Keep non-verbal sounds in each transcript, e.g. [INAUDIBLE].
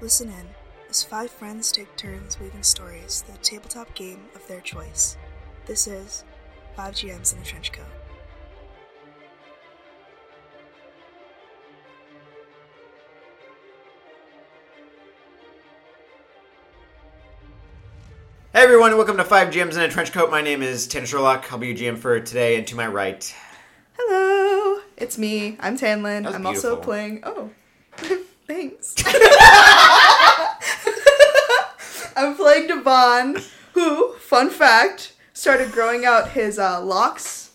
Listen in as five friends take turns weaving stories to the tabletop game of their choice. This is 5 GMs in a Trench Coat. Hey everyone, and welcome to Five GMs in a Trench Coat. My name is Tanner Sherlock. I'll be your GM for today, and to my right, Hello! It's me. I'm Tanlin. That was I'm also beautiful. playing. Oh, [LAUGHS] thanks. I'm playing Devon, who, fun fact, started growing out his uh, locks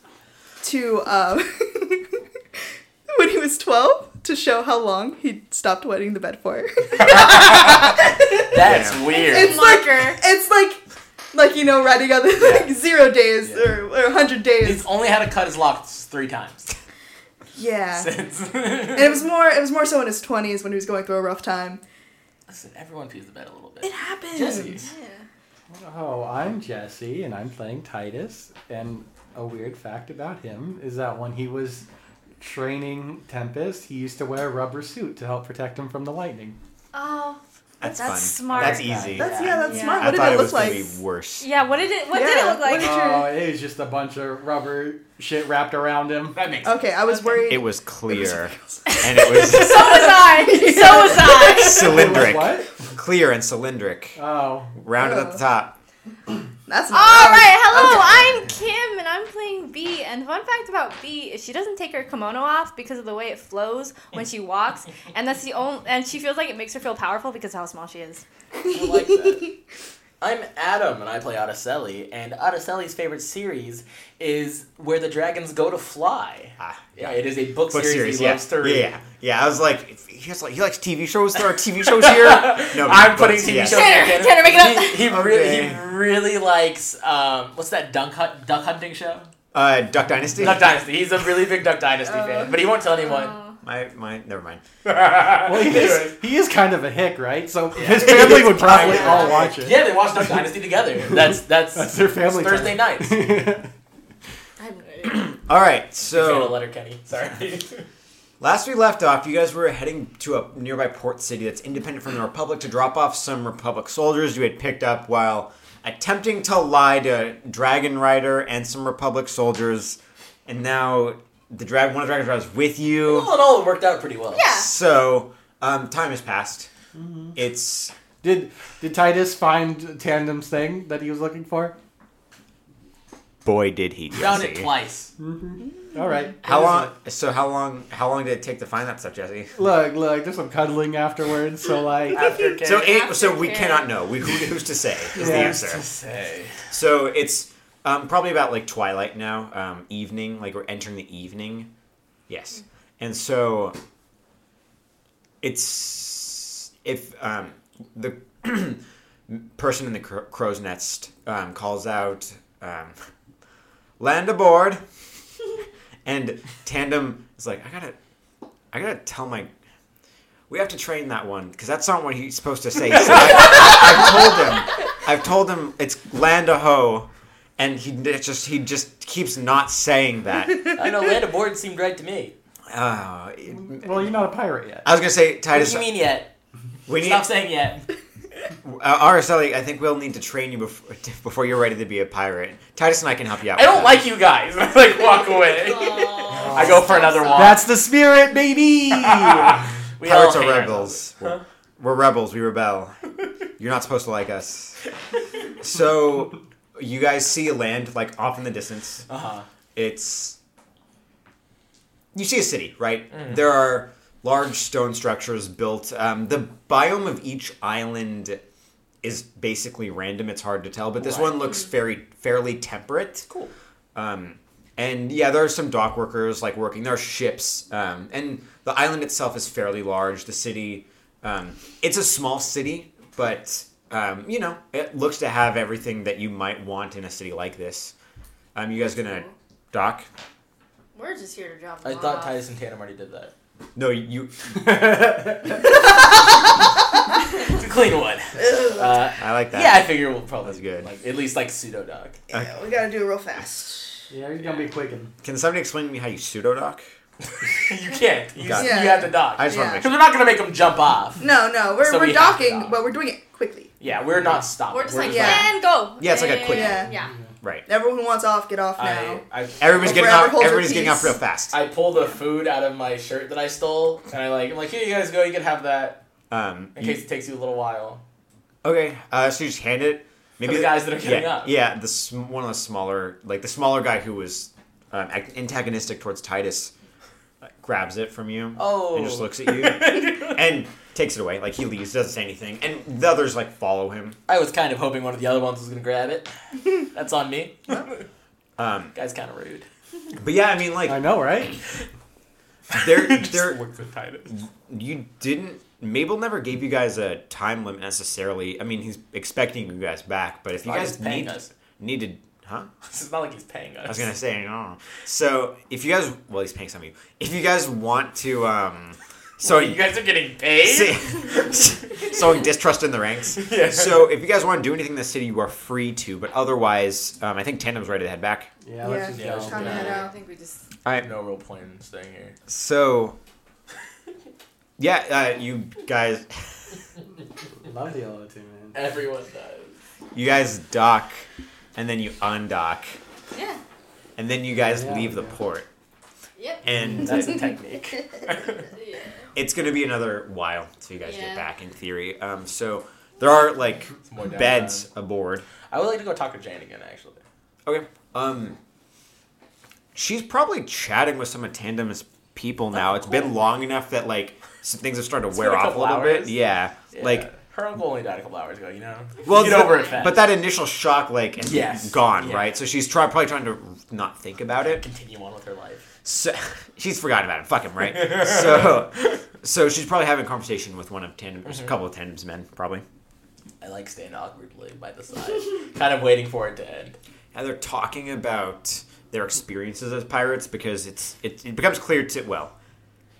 to uh, [LAUGHS] when he was 12 to show how long he stopped wetting the bed for. That's Yeah. weird. it's like it's like like you know writing out the like zero days Yeah. or, or 100 days. He's only had to cut his locks three [LAUGHS] times yeah. [LAUGHS] since. And it was more it was more so in his 20s when he was going through a rough time. Listen, everyone pees the bed a little [LAUGHS] It bit. happens. Jesse. Oh, I'm Jesse, and I'm playing Titus. And a weird fact about him is that when he was training Tempest, he used to wear a rubber suit to help protect him from the lightning. [LAUGHS] Oh, That's, That's fun. smart. That's easy. That's yeah, Yeah. that's Yeah. smart. I What thought did it was look like? gonna be worse. yeah. What did it? What did it Yeah, look like? what Oh, it was just a bunch of rubber shit wrapped around him. That makes Okay, I was worried. It was clear, [LAUGHS] and it was [LAUGHS] so was [LAUGHS] I. So was I. cylindric, It was clear and cylindric, What? Oh, rounded at the top. that's not All wrong. right. Hello, Okay. I'm Kim, and I'm playing B. And fun fact about B is she doesn't take her kimono off because of the way it flows when she walks, and that's the only. And she feels like it makes her feel powerful because of how small she is. I like that. I'm Adam, and I play Oticelli. And Oticelli's favorite series is Where the Dragons Go to Fly. Ah, Yeah, it is a book, Book series, series, he yeah. loves to yeah, read. yeah, yeah. I was like, he was like, he likes TV shows. There are TV shows here. [LAUGHS] No, I'm books, putting TV yeah. shows. Tanner, in. Tanner, make it up. He, he Okay. really, he really likes. Um, what's that dunk hunt, duck hunting show? Uh, Duck Dynasty. Duck Dynasty. He's a really big Duck Dynasty Uh, fan, but he won't tell [LAUGHS] anyone. Oh. My, my, never mind. well, [LAUGHS] he Anyway. is, he is kind of a hick, right? So his family [LAUGHS] would probably Yeah. all watch it. Yeah, they watch Duck Dynasty together. That's that's, That's their family. it's Thursday time. nights. I have no idea. All right, So so letter Kenny. [LAUGHS] Sorry. Last we left off, you guys were heading to a nearby port city that's independent from the Republic to drop off some Republic soldiers you had picked up while attempting to lie to Dragon Rider and some Republic soldiers, and now the drag one of the Dragon Riders is with you. all in all, it worked out pretty well. Yeah. So um, time has passed. It's [LAUGHS] Did did Titus find Tandem's thing that he was looking for? boy did he Found Jesse. it twice. All right. How What is long? So how long? How long did it take to find that stuff, Jesse? it? Look, look. There's some cuddling afterwards. So like. After Kenny. So it, so we Aftercare. cannot know. We, who, who's to say? Is the Yeah. answer. to say. So it's um, probably about like twilight now, um, evening. Like we're entering the evening. Yes, and so it's if um, the [CLEARS THROAT] person in the cro- crow's nest um, calls out, um, "Land aboard!" and tandem is like, "I gotta, I gotta tell my." We have to train that one because that's not what he's supposed to say. [LAUGHS] He said, I, have told him. I've told him it's land a ho, and he d- just he just keeps not saying that. [LAUGHS] I know land aboard seemed right to me. Uh, it- Well, you're not a pirate yet. I was gonna say, What do Titus. you mean yet? We need Stop saying yet. uh, RSL. I think we'll need to train you before, [LAUGHS] before you're ready to be a pirate. Titus and I can help you out. I with don't that. like you guys. [LAUGHS] I like walk away. I go for another walk. That's the spirit, [LAUGHS] baby. we pirates are all hate rebels. ourselves. Huh? We're rebels. We rebel. You're not supposed to like us. [LAUGHS] So you guys see land like off in the distance. Uh-huh. It's you see a city, right? Mm-hmm. There are large stone structures built. Um, the biome of each island is basically random. It's hard to tell, but this Right. one looks very fairly temperate. Cool. Um, and yeah, there are some dock workers like working. There are ships, um, and the island itself is fairly large. The city, um, it's a small city, but um, you know, it looks to have everything that you might want in a city like this. Um, you guys gonna dock? We're just here to drop. I thought Titus and Tanner already did [LAUGHS] that. No, you. It's a clean one. Uh, I like that. yeah, I figure we'll probably That's good. Like, at least like pseudo dog. Yeah, we gotta do it real fast. yeah, he's gonna be quickened. Can somebody explain to me how you pseudo dock? you can't. You, Got it. you have to dock. I just Yeah. want to make Because we're not gonna make him jump off. No, no, we're, So we're we have to docking, dock. but we're doing it quickly. Yeah, we're not stopping. We're just like, Yeah. and go. Yeah, it's like a quick- Yeah. Yeah. sure. Right. Everyone who wants off, get off now. I, I, Everybody's But getting wherever off. holds a Everybody's getting off piece. real fast. I pull the food out of my shirt that I stole, and I like, I'm like, here you guys go. You can have that um. in you- case it takes you a [LAUGHS] little while. okay. Uh. So you just hand it. Maybe the guys that are getting yeah, up. Yeah. The sm- one of the smaller, like the smaller guy who was um, ac- antagonistic towards Titus, uh, grabs it from you. Oh. And just looks at you [LAUGHS] and takes it away. Like he leaves, doesn't say anything, and the others like follow him. I was kind of hoping one of the other ones was gonna grab it. That's on me. Um. Guy's kind of rude. But yeah, I mean, like I know, right? they're they're looks at Titus. you didn't Mabel never gave you guys a time limit necessarily. I mean, he's expecting you guys back, but if you not guys just paying need us. [LAUGHS] needed, huh? It's not like he's paying us. I was [LAUGHS] gonna say, no. So if you guys, well, he's paying some of you. If you guys want to, um, so Wait, Oh, you guys are getting paid. sowing distrust in the ranks. [LAUGHS] Yeah. So if you guys want to do anything in the city, you are free to. But otherwise, um, I think Tandem's ready to head back. Yeah, let's just Yeah, go. it's time to Yeah. head I out. think we just. All right. No real plans staying here. So yeah, uh, you guys, Love the yellow too, man. Everyone does. you guys dock, and then you undock. Yeah. and then you guys Yeah, leave the yeah. port Yep. [LAUGHS] and That's a technique. Yeah. it's going to be another while till you guys Yeah. get back in theory um, so there are like Some more downtime. beds aboard I would like to go talk to Jane again, actually. okay um she's probably chatting with some of tandem's people now It's been long enough that like some things have started to It's wear been a off a couple little bit hours. yeah, Yeah. like her uncle only died a couple hours ago, you know. well get the- over it fast. but that initial shock like is Yes. gone Yeah. right so she's try- probably trying to not think about it continue on with her life. So [LAUGHS] she's forgotten about him. Fuck him, [LAUGHS] right? so, so she's probably having a conversation with one of tandem, Mm-hmm. or a couple of tandems men, probably. I like staying awkwardly by the side, [LAUGHS] kind of waiting for it to end. And they're talking about their experiences as pirates because it's it, it becomes clear to well,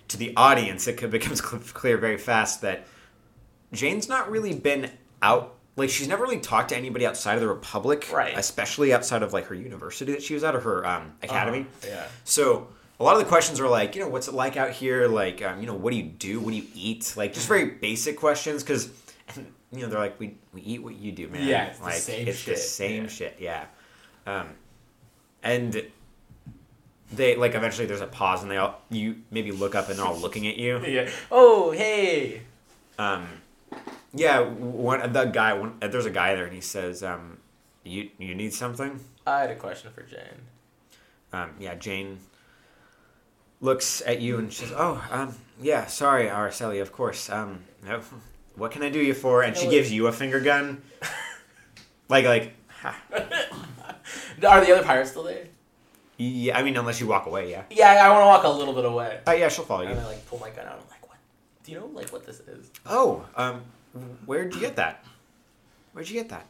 to the audience, it co- [LAUGHS] becomes cl- clear very fast that Jane's not really been out. Like she's never really talked to anybody outside of the Republic, Right. Especially outside of like her university that she was at or her um, academy. Uh-huh. Yeah. So a lot of the questions are like, you know, what's it like out here? Like, um, you know, what do you do? What do you eat? Like, just very basic questions because, you know, they're like, we, we eat what you do, man. Yeah, it's the like same it's shit. the same Yeah. shit. Yeah. Um, and they like eventually there's a pause and they all you maybe look up and they're all looking at you. [LAUGHS] Yeah. Oh hey. Um, yeah, one the guy one there's a guy there and he says, um, you you need something. I had a question for Jane. [LAUGHS] um, yeah, Jane looks at you and she says, "Oh, um, yeah, sorry, Araceli, of course. Um, no, what can I do you for?" And she Really? gives you a finger gun, like, like, ha. Are the other pirates still there? yeah. I mean, unless you walk away, yeah. Yeah, I want to walk a little bit away. Uh, yeah, she'll follow And you. I like pull my gun out. I'm like, what? Do you know like what this is? Oh, um, where'd you get that? Where'd you get that?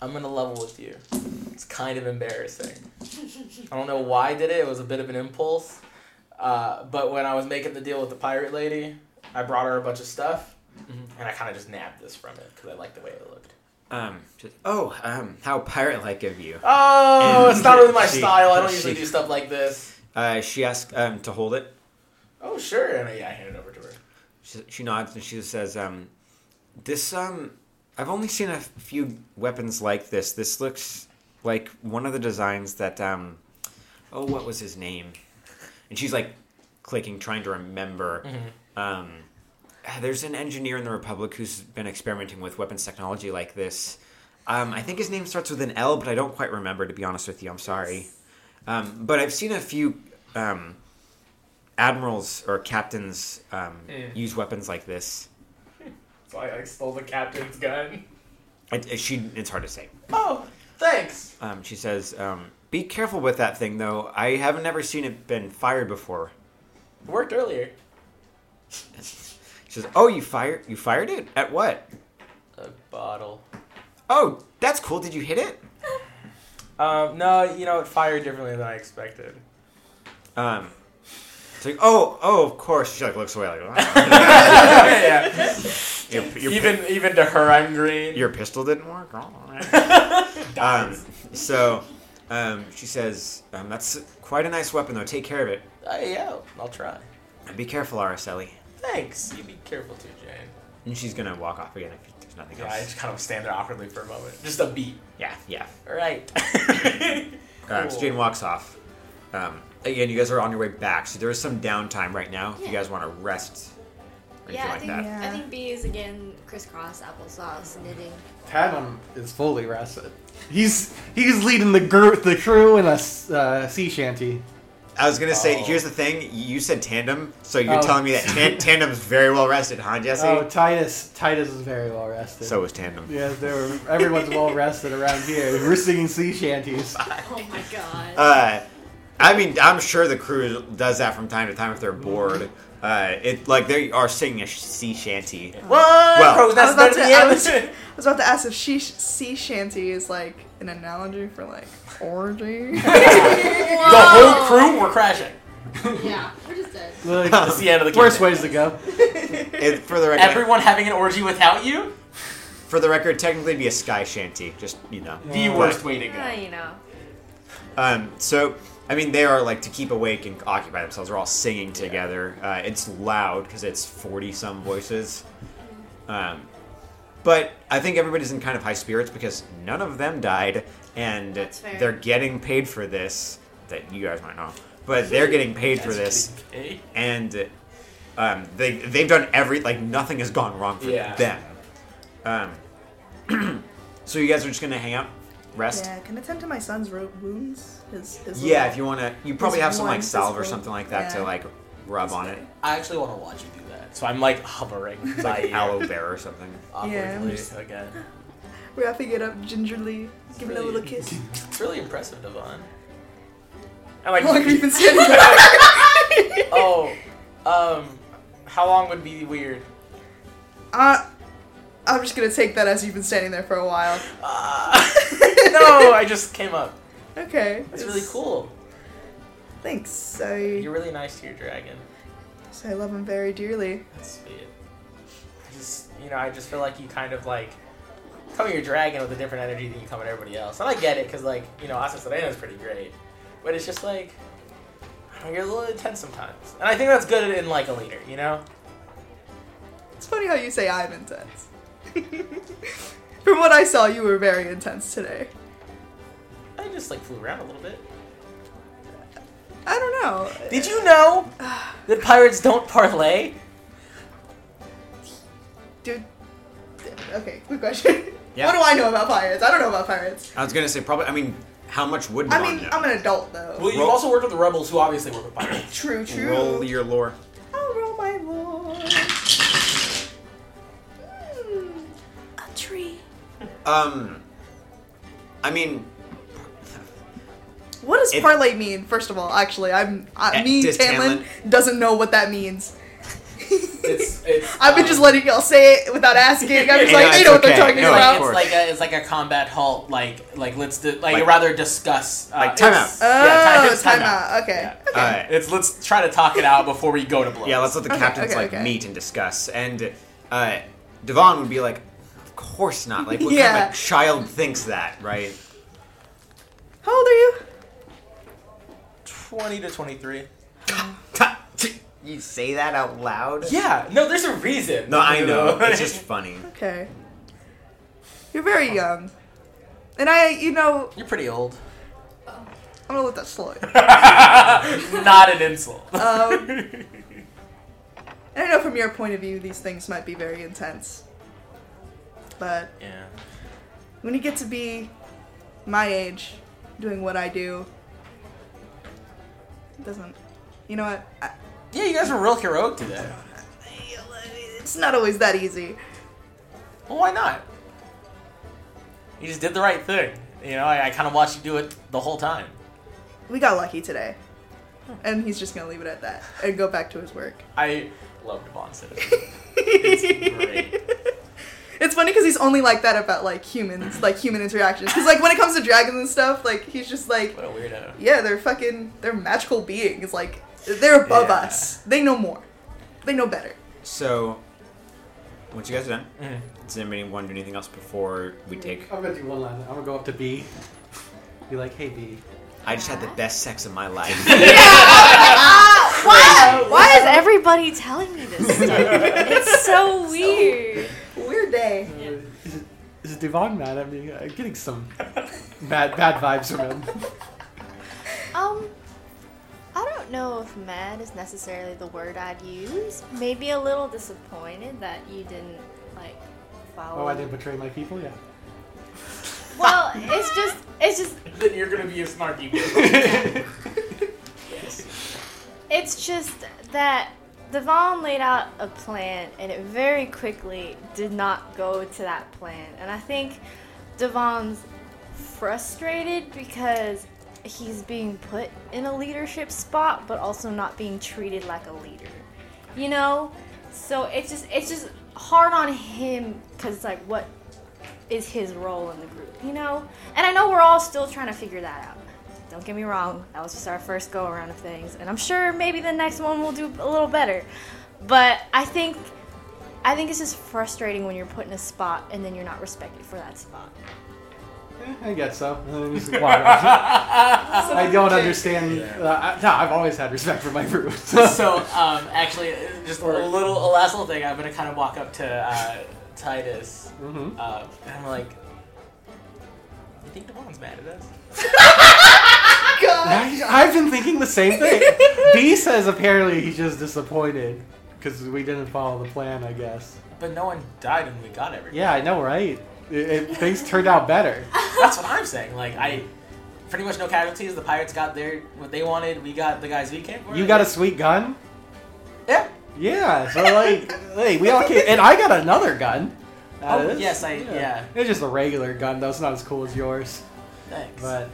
I'm gonna level with you. It's kind of embarrassing. I don't know why I did it. It was a bit of an impulse. Uh, but when I was making the deal with the pirate lady, I brought her a bunch of stuff, and I kind of just nabbed this from it because I liked the way it looked. Um, she says, oh, um, how pirate-like of you. Oh, And it's not really my she- style. I don't usually she- do stuff like this. Uh, she asks um, to hold it. Oh, sure. And I, yeah, I handed it over to her. She, she nods and she says, um, "This um, I've only seen a few weapons like this. This looks like one of the designs that um, oh, what was his name?" And she's like clicking, trying to remember. Um, there's an engineer in the Republic who's been experimenting with weapons technology like this. Um, I think his name starts with an L, but I don't quite remember. To be honest with you, I'm sorry. Um, but I've seen a few um, admirals or captains um, Mm. use weapons like this. So I like stole the captain's gun. It, it- she, it's hard to say. Oh, thanks. Um, she says, um, "Be careful with that thing, though. I haven't ever seen it been fired before." It worked earlier. She says, "Oh, you fired you fired it at what? A bottle. Oh, that's cool. Did you hit it?" Um, no, you know it fired differently than I expected. Um, it's like, "Oh, oh, of course." She like looks away, like, [LAUGHS] "Ah." yeah. your, your, even even to her, I'm green. your pistol didn't work." [LAUGHS] um, [LAUGHS] Dies. um, so um, she says, um, "That's quite a nice weapon, though. Take care of it." Hey, yeah, I'll try. Be careful, Araceli. Thanks. You be careful too, Jane. And she's gonna walk off again if there's nothing Yeah, I else. just kind of stand there awkwardly for a moment. Just a beat. Yeah, yeah. [LAUGHS] All right. Uh, so Jane walks off. Um, again, you guys are on your way back, so there is some downtime right now. If you Yeah. guys want to rest or anything Yeah, I like think, that. yeah. I think B is again crisscross applesauce knitting. Tatum is fully rested. He's he's leading the gr- the crew in a s- uh, sea shanty. I was gonna say, Oh. here's the thing. You said tandem, so you're Oh. telling me that [LAUGHS] tan- tandem's very well rested, huh, Jesse? Oh, Titus Titus is very well rested. so was tandem. yeah, they were, everyone's well rested around here. We're singing sea [LAUGHS] shanties. Oh my god. Uh, I mean, I'm sure the crew does that from time to time if Mm-hmm. they're bored. Uh, it like they are singing a sh- sea shanty. [LAUGHS] what? Well, Crow's I was nest about better to, than I was, I [LAUGHS] the was about to ask if she sea shanty is like an analogy for like orgy. Whoa. The whole crew were crashing. Yeah, we're just dead. Look, That's the end of the worst campaign. ways to go. It, for the record, Everyone having an orgy without you? for the record, technically it'd be a sky shanty. Just you know. The Yeah. worst way to Uh, go. [LAUGHS] you know. Um, so, I mean, they are like to keep awake and occupy themselves. They're all singing together. Uh, it's loud because it's forty some voices. Um, but I think everybody's in kind of high spirits because none of them died, and That's fair. they're getting paid for this. That you guys might know, but they're getting [LAUGHS] paid for That's this, pretty gay. and um, they they've done every like nothing has gone wrong for Yeah. them. Um, [CLEARS THROAT] so you guys are just gonna hang out, rest. yeah, can I tend to my son's ro- wounds? His, his Yeah, little- if you want to, you probably Is have some one like salve or physical- something like that to yeah. like rub on [LAUGHS] it, I actually want to watch you do that. So I'm like hovering by like you aloe vera or something. awkwardly Yeah. again. wrapping it up gingerly, giving it a little kiss. [LAUGHS] [LAUGHS] It's really impressive, Devon. [LAUGHS] I'm like, How long have [LAUGHS] you been standing there? [LAUGHS] oh, um, how long would be weird? Uh, I'm just gonna take that as you've been standing there for a while. Uh, [LAUGHS] no, I just came up. Okay. That's really cool. Thanks. I You're really nice to your dragon. I love him very dearly. That's sweet. I just, you know, I just feel like you kind of like come at your dragon with a different energy than you come at everybody else. And I get it, because, like, you know, Asa Serena is pretty great. But it's just like, I don't know, you're a little intense sometimes. And I think that's good in, like, a leader, you know? It's funny how you say I'm intense. [LAUGHS] From what I saw, you were very intense today. I just, like, flew around a little bit. I don't know. Did you know that pirates don't parlay? Dude. Okay, good question. Yeah. What do I know about pirates? I don't know about pirates. I was gonna say probably. I mean, how much would I Vaughn mean, know? I'm an adult though. Well, you've Roll- also worked with the rebels who obviously work with [CLEARS THROAT] pirates. True, true. roll your lore. I'll roll my lord. A [LAUGHS] tree. Um, I mean, What does If- parlay mean? First of all, actually, I'm I, Eh, me does Tamlin doesn't know what that means. It's, it's, [LAUGHS] I've been um, just letting y'all say it without [LAUGHS] asking. I'm just No, like, they it's know what they're okay. talking No, like, of about. course. it's like a it's like a combat halt. Like like let's di- like, Like- rather discuss uh, Like, time it's- out. yeah, time, Oh, it's time time out. out. Okay. Yeah. Okay. Alright. It's let's try to talk it out before we go to blows. yeah, let's let the Okay, captains okay, like okay. meet and discuss. And uh, Devon would be like, "Of course not. Like, what kind Yeah. of a child thinks that, right?" [LAUGHS] How old are you? twenty to twenty three. you say that out loud? Yeah, no, there's a reason. No, I You [LAUGHS] know. it's just funny. Okay. You're very young. And I, you know, you're pretty old. I'm gonna let that slide. Not an insult. Um, And I know from your point of view, these things might be very intense. But [LAUGHS] yeah. when you get to be my age, doing what I do, it doesn't. You know what? I, Yeah, you guys were real heroic today. it's not always that easy. Well, why not? You just did the right thing. You know, I, I kind of watched you do it the whole time. We got lucky today. And he's just gonna leave it at that and go back to his work. I loved Bon Citizen. [LAUGHS] It's funny because he's only like that about like humans, like human interactions. Because like when it comes to dragons and stuff, like he's just like, What a weirdo. yeah, they're fucking, they're magical beings. Like they're above Yeah. us. They know more. They know better. So, once you guys are done, does anybody want to do anything else before we take? I'm gonna do one line. I'm gonna go up to B. Be like, hey B. [LAUGHS] I just had the best sex of my life. Ah, [LAUGHS] Why? Why is everybody telling me this [LAUGHS] stuff? It's so weird. Weird day. Is, is Devon mad at me? I'm uh, getting some bad bad vibes from him. Um, I don't know if mad is necessarily the word I'd use. Maybe a little disappointed that you didn't like follow. Oh, I didn't betray my people. Yeah. Well, it's just it's just Then you're gonna be a snarky bitch. It's just that Devon laid out a plan and it very quickly did not go to that plan. And I think Devon's frustrated because he's being put in a leadership spot but also not being treated like a leader. You know? So it's just it's just hard on him cuz like what is his role in the group, you know? And I know we're all still trying to figure that out. Don't get me wrong, that was just our first go around of things, and I'm sure maybe the next one will do a little better. But I think I think it's just frustrating when you're put in a spot and then you're not respected for that spot. Eh, I guess so. Uh, just quiet on. I don't understand. Uh, I, no, I've always had respect for my [LAUGHS] [LAUGHS] fruit. so um, actually, just a little, a last little thing. I'm gonna kind of walk up to uh, Titus, Mhm. uh, and I'm like, "You think Devon's mad at us?" God. I, [LAUGHS] I've been thinking the same thing. B says apparently he's just disappointed because we didn't follow the plan. I guess. But no one died, and we got everything. Yeah, I know, right? It, it, things turned out better. That's what I'm saying. Like I, pretty much no casualties. The pirates got their what they wanted. We got the guys we came for. You got a sweet gun. yeah. Yeah, so like, [LAUGHS] hey, we all came, and I got another gun. out of Oh, this. yes, I- yeah. It's just a regular gun though. It's not as cool as yours, Thanks. but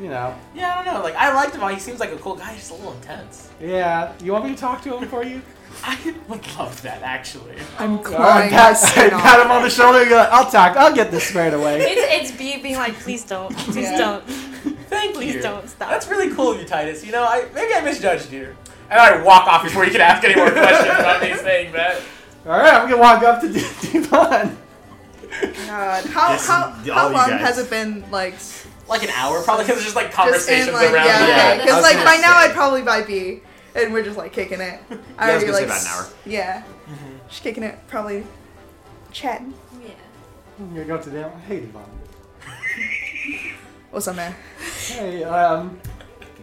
you know, yeah, I don't know. Like I liked him. He seems like a cool guy. He's just a little intense. yeah. You want me to talk to him for you? I would love that actually. Oh, I'm I clawing my [LAUGHS] pat, skin off. pat him on the shoulder. and go, I'll talk. I'll get this squared [LAUGHS] away. It's, it's B being like, please [LAUGHS] don't, please Yeah. don't, Thank please you. don't stop. That's really cool of you, Titus. You know, I maybe I misjudged you. And I walk off before you can ask [LAUGHS] any more questions about me saying that. All right, I'm gonna walk up to D- [LAUGHS] Devon. Oh, God. How, This- how, all how you long guys. has it been, like, s- Like an hour, probably, because there's like just conversations in, like, around. yeah, Yeah, okay. I Because, was like, gonna by now say. I'd probably by B, and we're just, like, [LAUGHS] kicking it. I was gonna already, say like, about an hour. Mm-hmm. s- Yeah. Just kicking it, probably chatting. Yeah. I'm gonna go up to Devon. Hey, Devon. What's up, man? Hey, um,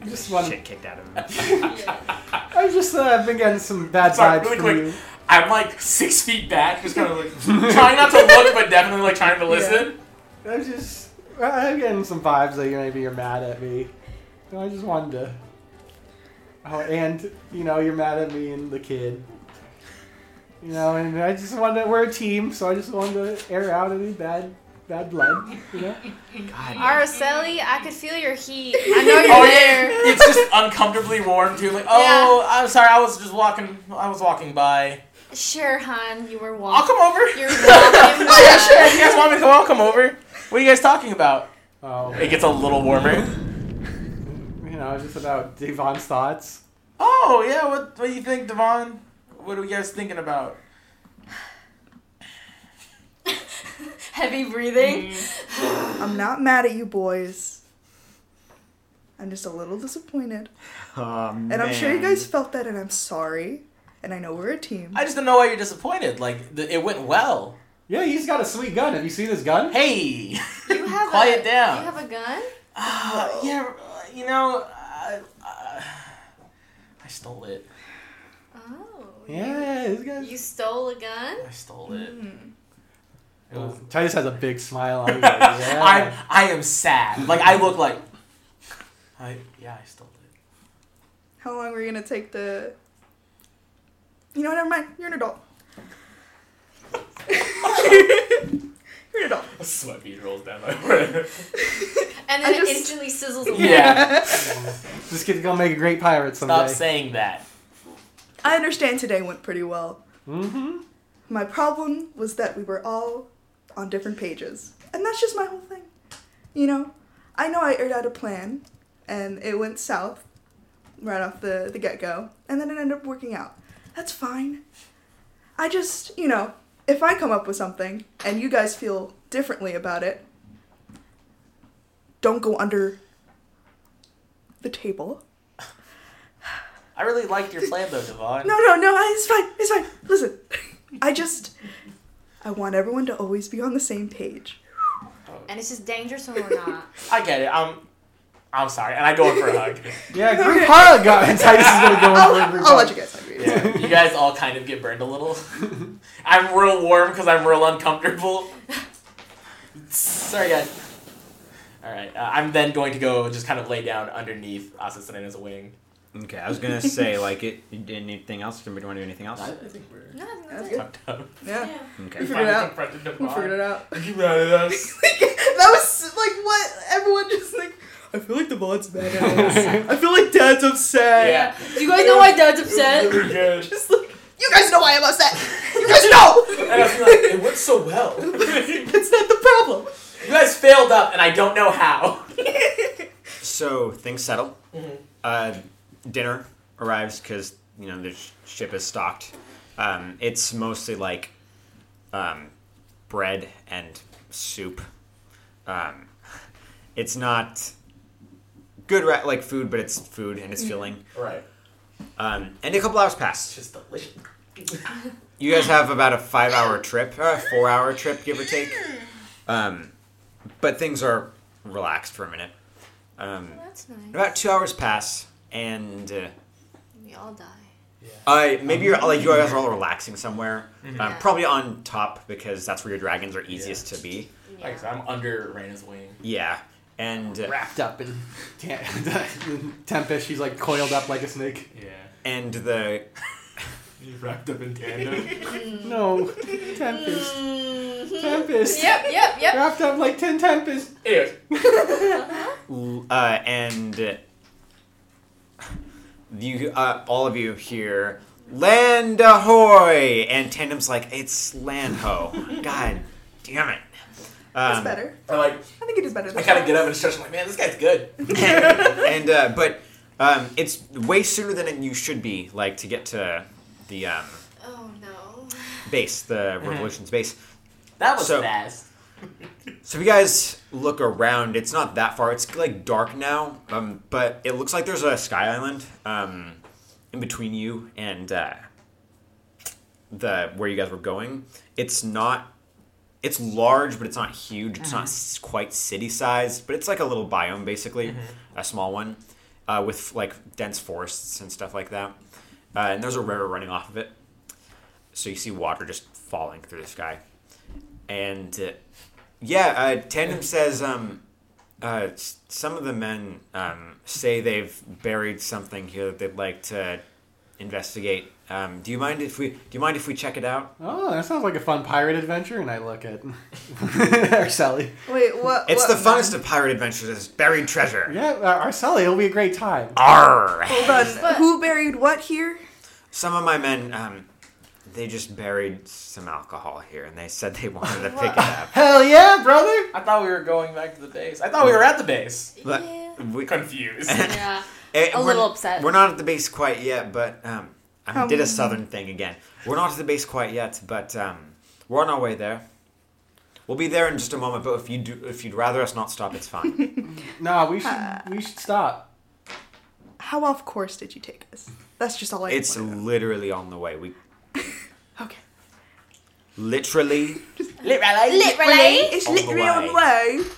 I just want. Shit kicked out of him. I've just uh, been getting some bad Sorry, vibes really from quick. you. I'm like six feet back, just kind [LAUGHS] of like trying not to look, but definitely like trying to listen. I'm just I'm getting some vibes that you maybe you're mad at me. And I just wanted to. Oh, and you know you're mad at me and the kid. You know, and I just wanted to, we're a team, so I just wanted to air out any bad bad blood. You know, God. Araceli, E I could feel your heat. I [LAUGHS] know you're Oh there. yeah, it's just uncomfortably warm too. Like, oh, I'm sorry, I was just walking. I was walking by. Sure, hon, you were I'll walking. Oh, come over. [LAUGHS] You're [LAUGHS] walking. Oh, yeah, sure. If you guys want me to come? I'll come over. What are you guys talking about? oh, It gets a little warmer. [LAUGHS] you know, it's just about Devon's thoughts. Oh yeah, what what do you think, Devon? What are you guys thinking about? Heavy breathing. Mm. I'm not mad at you boys. I'm just a little disappointed. Oh, man. And I'm sure you guys felt that, and I'm sorry. And I know we're a team. I just don't know why you're disappointed. Like the, it went well. Yeah, he's got a sweet gun. Have you seen his gun? Hey, You [LAUGHS] have Quiet a, down. You have a gun. uh, yeah, uh, you know, I, uh, I stole it. Oh. Yeah, his gun. You stole a gun. I stole it. Mm. It Oh, was- Titus has a big smile on. His face. yeah. I'm [LAUGHS] I am sad. Like I look like. I yeah I stole it. How long were you gonna take the? You know, what, never mind. You're an adult. [LAUGHS] You're an adult. A sweat bead rolls down my forehead. And then I it just- instantly sizzles away. Yeah. This kid's gonna make a great pirate [LAUGHS] someday. Stop saying that. I understand today went pretty well. mm-hmm. My problem was that we were all on different pages, and that's just my whole thing. You know, I know I aired out a plan, and it went south right off the the get go, and then it ended up working out. That's fine. I just, you know, if I come up with something and you guys feel differently about it, don't go under the table. I really liked your plan though, Devon. No, no, no, I- it's fine, it's fine. Listen, I just, I want everyone to always be on the same page. And it's just dangerous when we're not. I get it. I'm I'm sorry, and I go in for a [LAUGHS] hug. Yeah, group Okay. hug. And Titus is gonna go in I'll, for everybody. I'll let you guys agree. Yeah, you guys all kind of get burned a [LAUGHS] little. I'm real warm because I'm real uncomfortable. Sorry, guys. All right, uh, I'm then going to go just kind of lay down underneath Asasunena's wing. Okay, I was gonna say like it. you did Anything else? Did anyone do anything else? think we're No, I think That's that's good. it. tucked up. Yeah, Okay. we figured it out. We figured it [LAUGHS] out. You mad [LAUGHS] at us? that was like what everyone just like. I feel like the Devon's mad at us. [LAUGHS] I feel like Dad's upset. Yeah. Do you guys know why Dad's upset? Really good. Just like you guys know why I'm upset. You guys know. And I was like, it worked so [LAUGHS] well. you That's not the problem. guys failed up, and I don't know how. So things settle. Mhm. Uh, dinner arrives because you know the sh- ship is stocked. Um, it's mostly like um, bread and soup. Um, it's not good ra- like food, but it's food and it's filling. Right. Um, and a couple hours pass. It's just delicious. You guys have about a five hour trip, uh, four hour trip, give or take. Um, but things are relaxed for a minute. Um, That's nice. about two hours pass, and uh, We all die. I maybe you're like you guys are all relaxing somewhere, um, Yeah. probably on top because that's where your dragons are easiest to be. Like I said, I'm under Raina's wing. Yeah, and uh, Wrapped up in Tem- [LAUGHS] Tempest, she's like coiled up like a snake. Yeah. and the You're wrapped up in [LAUGHS] tandem. No, Tempest, Tempest. Mm, Yep, [LAUGHS] yep, yep. Wrapped up like ten Tempest. Anyways, l- uh, and uh, you uh, all of you hear land ahoy and tandem's like it's land [LAUGHS] ho god damn it That's Um, better. or like, I think it is better. Than I kind of that. get up and stretch. I'm like, man, this guy's good. and uh, but um, it's way sooner than you should be like to get to the um, Oh no. base the Mm-hmm. revolution's base That was So- fast. So if you guys look around, it's not that far. It's like dark now, um, but it looks like there's a sky island um, in between you and uh, the where you guys were going. It's not. It's large, but it's not huge. It's not s- quite city sized, but it's like a little biome, basically, a small one, uh, with like dense forests and stuff like that. Uh, and there's a river running off of it, so you see water just falling through the sky, and. Uh, yeah, uh, Tandem says um, uh, s- some of the men um, say they've buried something here that they'd like to investigate. Um, do you mind if we do you mind if we check it out? Oh, that sounds like a fun pirate adventure. And I look at [LAUGHS] Arceli. Wait, what? It's what, the funnest of pirate adventures. Is buried treasure. Yeah, uh, Arceli, it'll be a great time. Arr! Hold on. But- Who buried what here? Some of my men, um, they just buried some alcohol here, and they said they wanted to pick it up. Hell yeah, brother! I thought we were going back to the base. I thought we were at the base. But Yeah. we, [LAUGHS] Confused. Yeah. eh, A we're- little upset. We're not at the base quite yet, but um, I did a Um. southern thing again. We're not at the base quite yet, but um, we're on our way there. We'll be there in just a moment. But if you do, if you'd rather us not stop, it's [LAUGHS] fine. Nah, we should we should stop. How off course did you take us? That's just all I. it's wanna know. literally on the way. We okay. literally Lit rally. Literally. It's On the literally on way. the way.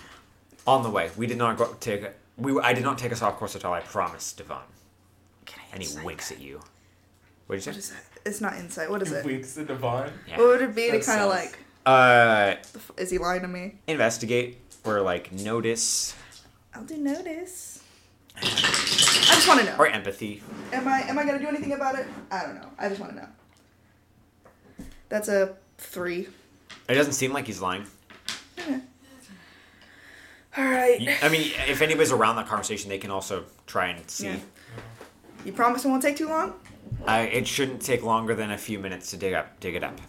on the way. We did not go, take. We I did not take us off course at all. I promise, Devon. Can I And he insight winks that? at you. What did you What say? is it? It's not insight. What is it? Weeks in Devon. What would it be to That kind of sounds- like? Uh, the f- Is he lying to me? investigate or like notice I'll do notice. I just want to know. or empathy. Am I am I gonna do anything about it? I don't know. I just want to know. That's a three. It doesn't seem like he's lying. All right. You- I mean, if anybody's around that conversation, they can also try and see. Yeah. You promise it won't take too long? Uh, it shouldn't take longer than a few minutes to dig up, dig it up.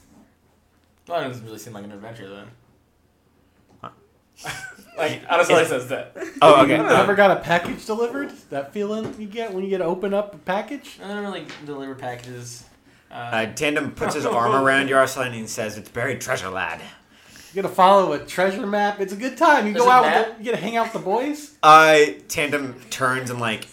Well, it doesn't really seem like an adventure then. Huh? [LAUGHS] like Araceli says that. Oh, [LAUGHS] okay. You ever got a package delivered? That feeling you get when you get to open up a package? I don't really deliver packages. Uh, uh, Tandem puts his arm around Yaroslav and says, "It's buried treasure, lad." You gotta follow a treasure map. It's a good time. You There's go a out. map? With the, you gotta hang out with the boys. Uh, Tandem Uh, turns and like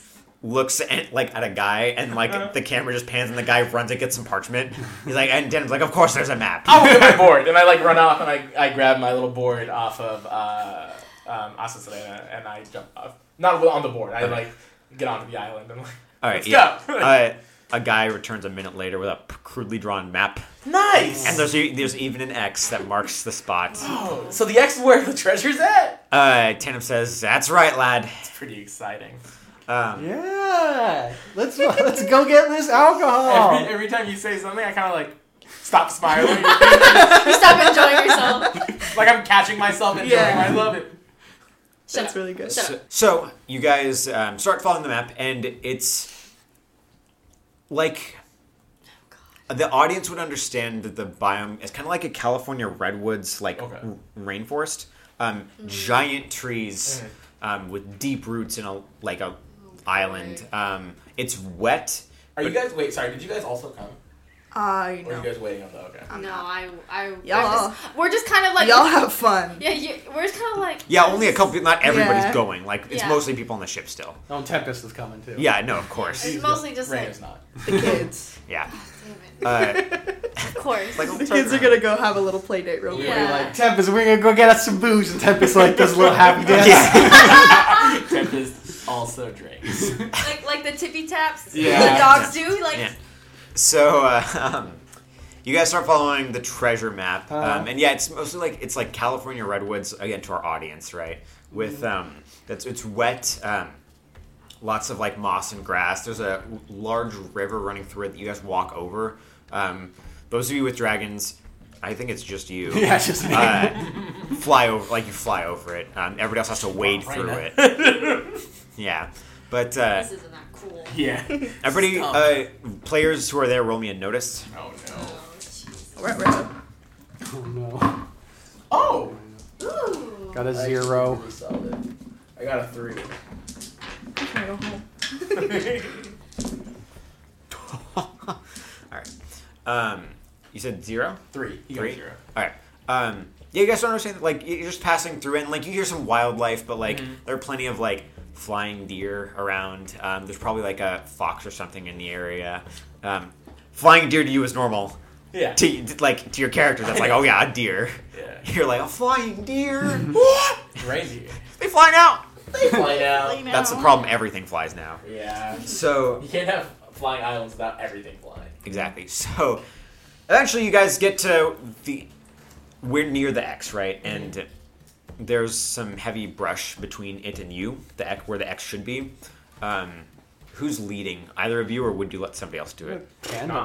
looks at, like at a guy, and Uh-huh. like the camera just pans, and the guy runs and gets some parchment. He's like, and Den's like, of course there's a map. I'll get my board, and I like run off and I, I grab my little board off of uh, um, Asasalena and I jump off. Not on the board. I Okay. like get onto the island and like All right, let's yeah. go. [LAUGHS] uh, a guy returns a minute later with a p- crudely drawn map, nice. and there's e- there's even an X that marks the spot. oh, so the X is where the treasure's at. Uh, Tatum says, "That's right, lad." It's pretty exciting. Um, Yeah, let's let's go get this Oh. alcohol. Every, every time you say something, I kind of like stop [LAUGHS] smiling. You stop enjoying yourself. [LAUGHS] like I'm catching myself enjoying. Yeah. I love it. Shut That's up. really good. Shut So, so you guys um, start following the map, and it's like the audience would understand that the biome is kind of like a California redwoods, like Okay. r- rainforest, um, giant trees um, with deep roots in a like a island. Um, it's wet. Are you But- guys wait? Sorry, did you guys also come? I Or are you know. guys waiting on the [LAUGHS] okay? No, I, I, I Y'all- just- we're just kind of like, Y'all have fun. yeah, you, we're just kind of like, Yeah, only a [LAUGHS] couple. Not everybody's Yeah. going. Like it's Yeah. mostly people on the ship still. Oh, Tempest is coming too. Yeah, no, of Oh, course. It's mostly just Rain like, is not. The [LAUGHS] kids. Yeah, damn uh, it. Of course. like The kids are gonna go have a little play date real We're quick. Yeah. like Tempest, we're gonna go get us some booze, and Tempest like does a little happy dance. Yeah. Tempest also drinks. [LAUGHS] like, like the tippy taps Yeah. the dogs do. Like, Yeah. [LAUGHS] So, uh, [LAUGHS] um, you guys start following the treasure map, Uh-huh. um, and yeah, it's mostly like it's like California redwoods again to our audience, right? With Mm-hmm. um, that's it's wet, um, lots of like moss and grass. There's a large river running through it that you guys walk over. Um, those of you with dragons, I think it's just you. [LAUGHS] [LAUGHS] yeah, it's just me. Uh, fly over, like you fly over it. Um, everybody else has to wade Right through now. it. [LAUGHS] Yeah, but uh, this isn't that cool. yeah. everybody, Stop. uh, players who are there, roll me a notice. [LAUGHS] Oh no. Oh, jeez. Right, right. oh no, Oh. Ooh. got a zero. Really solid. I got a three. Can I go home? [LAUGHS] All right. Um, you said zero. three. You Three? got a zero. All right. Um, yeah, you guys don't understand. Like you're just passing through it, and like you hear some wildlife, but like there are plenty of like flying deer around. Um, there's probably like a fox or something in the area. Um, flying deer to you is normal. Yeah. To like to your character, that's like oh yeah, a deer. [LAUGHS] Yeah. You're like a flying deer. what? Reindeer. They flying out. Fly out. [LAUGHS] That's the problem. Everything flies now. Yeah. So You can't have flying islands without everything flying. Exactly. [LAUGHS] So, eventually, you guys get to the. We're near the X, right? Mm-hmm. And there's some heavy brush between it and you, the X, where the X should be. Um, who's leading? Either of you, or would you let somebody else do it? Tandem,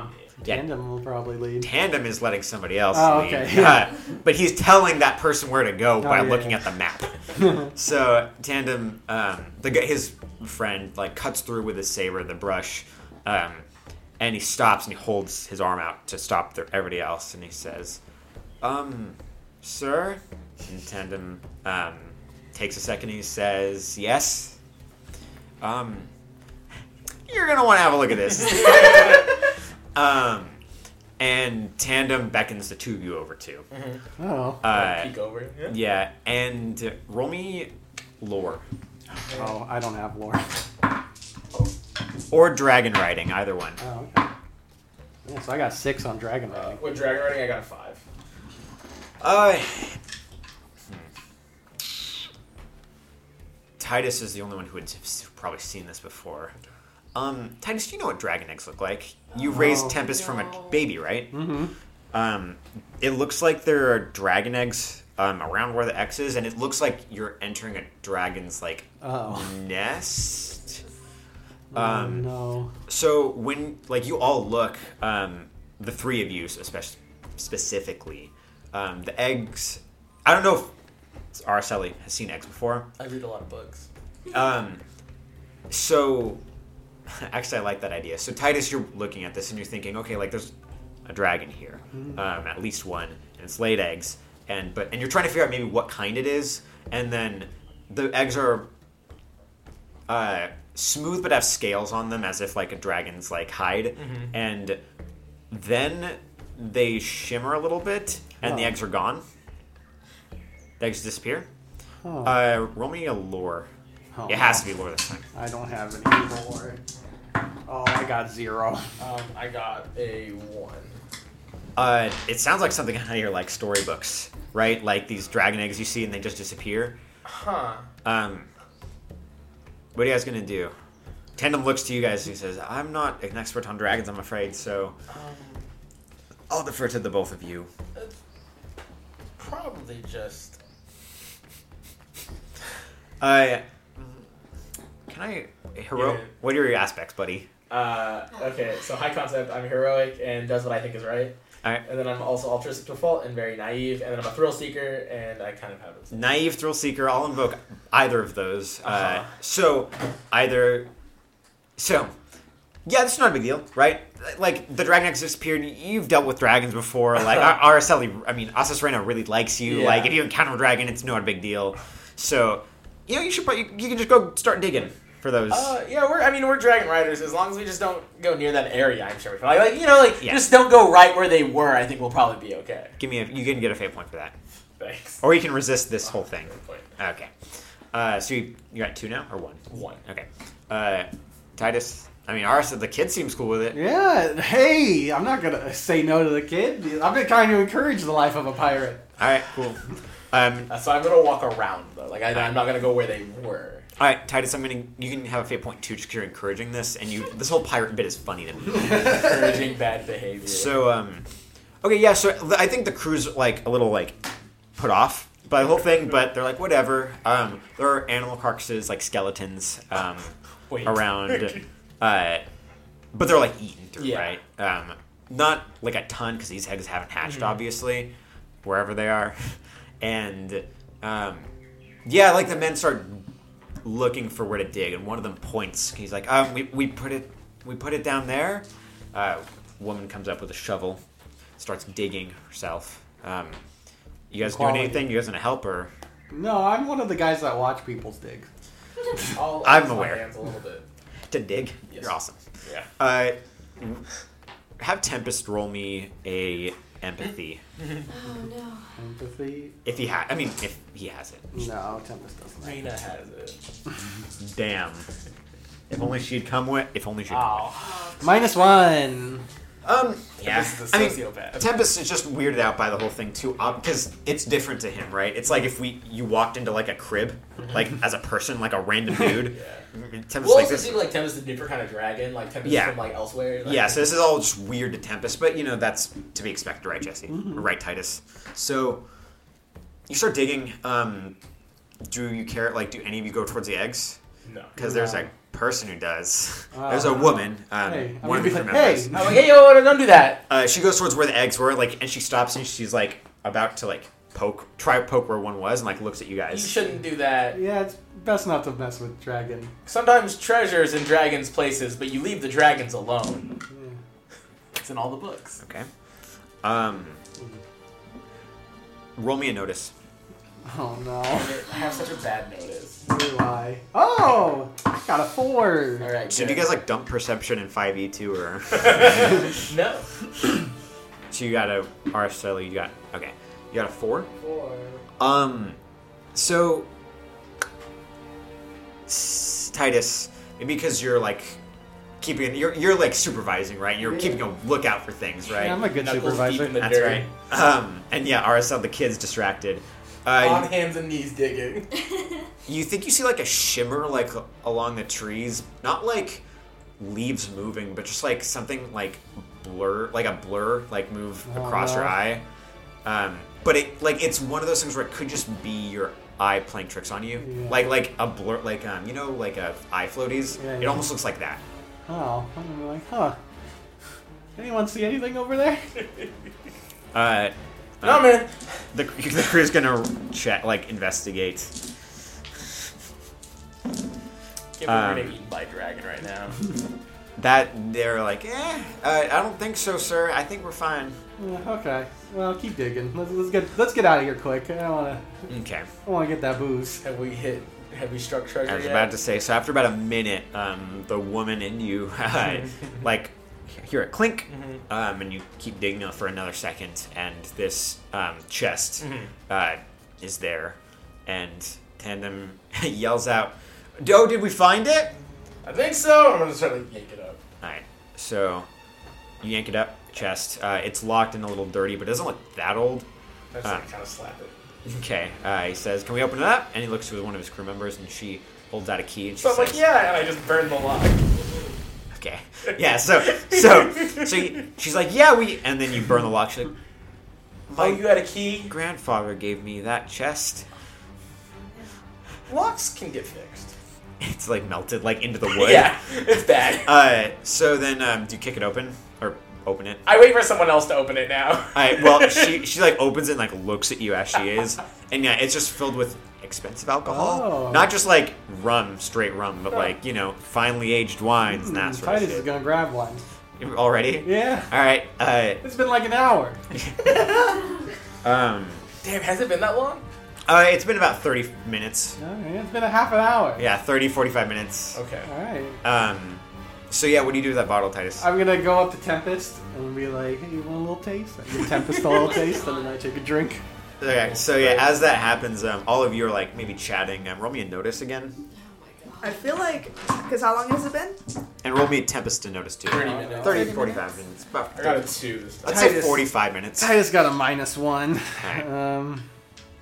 Yeah. tandem will probably lead. Tandem is letting somebody else Oh, lead. [LAUGHS] okay, yeah. Uh, but he's telling that person where to go Oh, by yeah, looking yeah. at the [LAUGHS] map. So tandem, um, the guy, his friend like cuts through with his saber the brush, um, and he stops and he holds his arm out to stop the, everybody else, and he says, "Um, sir." And tandem um, takes a second. and He says, "Yes." Um, you're gonna want to have a look at [LAUGHS] this. [LAUGHS] um, and tandem beckons the two of you over to. Oh, Uh, Peek over. Yeah. yeah, and roll me lore oh, I don't have [LAUGHS] lore. or dragon riding, either one. Oh, okay. Yeah, so I got six on dragon Uh, riding. with dragon riding, I got a five. Uh, hmm. Titus is the only one who had s- probably seen this before. Um, Titus, do you know what dragon eggs look like? You raised Tempest from a No. baby, right? Mm-hmm. Um, it looks like there are dragon eggs um, around where the X is, and it looks like you're entering a dragon's like Oh, nest. oh Um, no. So when like you all look, um, the three of you especially specifically, um, the eggs. I don't know if Araceli has seen eggs before. I read a lot of books. Um, so [LAUGHS] actually, I like that idea. So Titus, you're looking at this and you're thinking, okay, like there's a dragon here, um, at least one, and it's laid eggs, and but and you're trying to figure out maybe what kind it is, and then the eggs are uh, smooth but have scales on them, as if like a dragon's like hide, and then they shimmer a little bit, and the Huh. eggs are gone. The eggs disappear. Huh. Uh, roll me a lore. Oh, It has to be lore this time. I don't have any more. Oh, I got zero. Um, I got a one. Uh, it sounds like something out of your like storybooks, right? Like these dragon eggs you see and they just disappear. Huh. Um, what are you guys gonna do? Tandem looks to you guys and he says, "I'm not an expert on dragons, I'm afraid, so Um, I'll defer to the both of you." it's probably just. Uh, can I hero? Yeah. What are your aspects, buddy? Uh, okay, so high concept. I'm heroic and does what I think is right. Alright. And then I'm also altruistic to a fault and very naive. And then I'm a thrill seeker and I kind of have it. Naive Thrill Seeker. I'll invoke either of those. uh Uh-huh. so either. So, yeah, this is not a big deal, right? Like the dragon eggs disappeared. You've dealt with dragons before. [LAUGHS] Like our RSL, E, I mean, Asus Reno really likes you. Yeah. Like if you encounter a dragon, it's not a big deal. So, you know, you should probably you can just go start digging for those. Uh, yeah, we're. I mean, we're dragon riders. As long as we just don't go near that area, I'm sure we feel like, like you know, like Yeah. just don't go right where they were. I think we'll probably be okay. Give me a. You can get a fate point for that, Thanks. or you can resist this whole thing. Good point. Okay. Uh, so you, you got two now or one? One. Okay. Uh, Titus. I mean, ours. E, The kid seems cool with it. Yeah, hey, I'm not gonna say no to the kid. I've been trying to encourage the life of a pirate. All right. Cool. Um, Uh, so I'm gonna walk around though. Like I, I'm not gonna go where they were. [LAUGHS] all right, Titus. I'm gonna. You can have a fate point too, just 'cause you're encouraging this, and you. This whole pirate bit is funny to me. Encouraging bad behavior. So, um, okay, yeah. So th- I think the crew's like a little like put off by the whole thing, but they're like whatever. Um, there are animal carcasses like skeletons. Um, Wait. [LAUGHS] around. Uh, but they're like eaten through, Yeah. right? Um, not like a ton because these eggs haven't hatched, Mm-hmm. obviously, wherever they are. [LAUGHS] And um, yeah, like the men start looking for where to dig, and one of them points. He's like, um, we, "We put it, we put it down there." Uh, woman comes up with a shovel, starts digging herself. Um, you guys doing Quality. anything? You guys gonna help her? No, I'm one of the guys that watch people's digs. I'll, I'm use my aware. hands a little bit. To dig? Yes. You're awesome. Yeah. Uh, have Tempest roll me a empathy Oh no. Empathy? if he has. I mean, if he has it. No, Tempest doesn't. Rena has it. Damn. If only she'd come with. If only she'd. Come Oh. Minus one. with. Um. Yeah. This is a I mean, sociopath. Tempest is just weirded out by the whole thing too, because it's different to him, right? It's like if we you walked into like a crib, Mm-hmm. like as a person, like a [LAUGHS] random dude. yeah. Tempest We'll like also this. see like Tempest is a different kind of dragon, like Tempest is Yeah. from like elsewhere. Like, Yeah, so this is all just weird to Tempest, but you know that's to be expected, right, Jesse? Mm-hmm. Right, Titus. So you start digging. Um, do you care? Like, do any of you go towards the eggs? no. Because there's No. a person who does. Wow. there's a woman. Um, Hey, I'm one gonna of be the like, crew hey, members. I'm like, hey yo, don't do that. Uh, she goes towards where the eggs were, like, and she stops and she's like about to like poke, try poke where one was, and like looks at you You guys. shouldn't do that. Yeah, it's best not to mess with dragon. Sometimes treasures in dragons' places, but you leave the dragons alone. Hmm. It's in all the books. [LAUGHS] Okay. Um, roll me a notice. Oh no. I have such a bad notice. Where do I? Oh, I got a four. All right. So do you guys like dump perception in five E two or? [LAUGHS] guys? no. So you got a RSL, E, you got okay. You got a four? Four. Um so S- Titus, maybe because you're like keeping you're you're like supervising, right? You're Yeah. keeping a lookout for things, right? Yeah, I'm a good Knuckles deep in supervisor. the That's dirt. right. Um and yeah, RSL the kid's distracted. On Uh, hands and knees digging. you think you see like a shimmer like along the trees, not like leaves moving, but just like something like blur, like a blur, like move Oh, across your no. eye. Um, but it like it's one of those things where it could just be your eye playing tricks on you, Yeah. like like a blur, like um, you know, like a eye floaties. Yeah, It yeah. almost looks like that. Oh, I'm gonna be like, huh. Anyone see anything [LAUGHS] over there? Uh, no man. the, the crew's gonna check, like investigate. Can't Um, believe we're getting eaten by a dragon right now. That they're like, eh, uh, I don't think so, sir. I think we're fine. Yeah, okay. Well, keep digging. Let's, let's get let's get out of here quick. I don't wanna Okay. I wanna get that booze. Have we hit? Have we struck treasure I was yet? about to say. So after about a minute, um, the woman in you, [LAUGHS] like, hear a clink, um, and you keep digging for another second, and this um, chest uh, is there, and Tandem [LAUGHS] yells out, Oh, did we find it? I think so. I'm gonna try to yank it up. All right. So you yank it up, chest. Uh, it's locked and a little dirty, but it doesn't look that old. That's Ah. like kind of slap it. Okay. Uh, he says, "Can we open it up?" And he looks to one of his crew members, and she holds out a key. And she So I'm says, like, yeah, and I just burn the lock. Okay. [LAUGHS] Yeah. So so so you, she's like, "Yeah, we." And then you burn the lock. She's like, Oh, "My you had a key. grandfather gave me that chest. [LAUGHS] Locks can get fixed. It's like melted like into the wood." [LAUGHS] Yeah, it's bad. Uh, so then, um, do you kick it open or open it? I wait for someone else to open it now. All right. [LAUGHS] Well, she she like opens it and like looks at you as she is, and yeah, it's just filled with expensive alcohol, Oh. not just like rum, straight rum, but Oh. Mm, like you know finely aged wines and that sort of Titus is shit. gonna grab one. Already. Yeah. All right. Uh, It's been like an hour. um, Damn, has it been that long? uh, it's been about thirty minutes. No, it's been a half an hour. Yeah, 30, 45 minutes. Okay. All right. Um, so yeah, what do you do with that bottle, Titus? I'm gonna go up to Tempest and be like, "Hey, you want a little taste?" I give Tempest [LAUGHS] a little taste, and then I take a drink. Okay. So yeah, as that happens, um, all of you are like maybe chatting. Um, roll me a notice again, I feel like, because how long has it been? and roll me a tempest to notice too. 30 minutes. 30, 30 45 minutes. About I got a two this time. Let's say Titus. 45 minutes. Titus got a minus one. right. Um,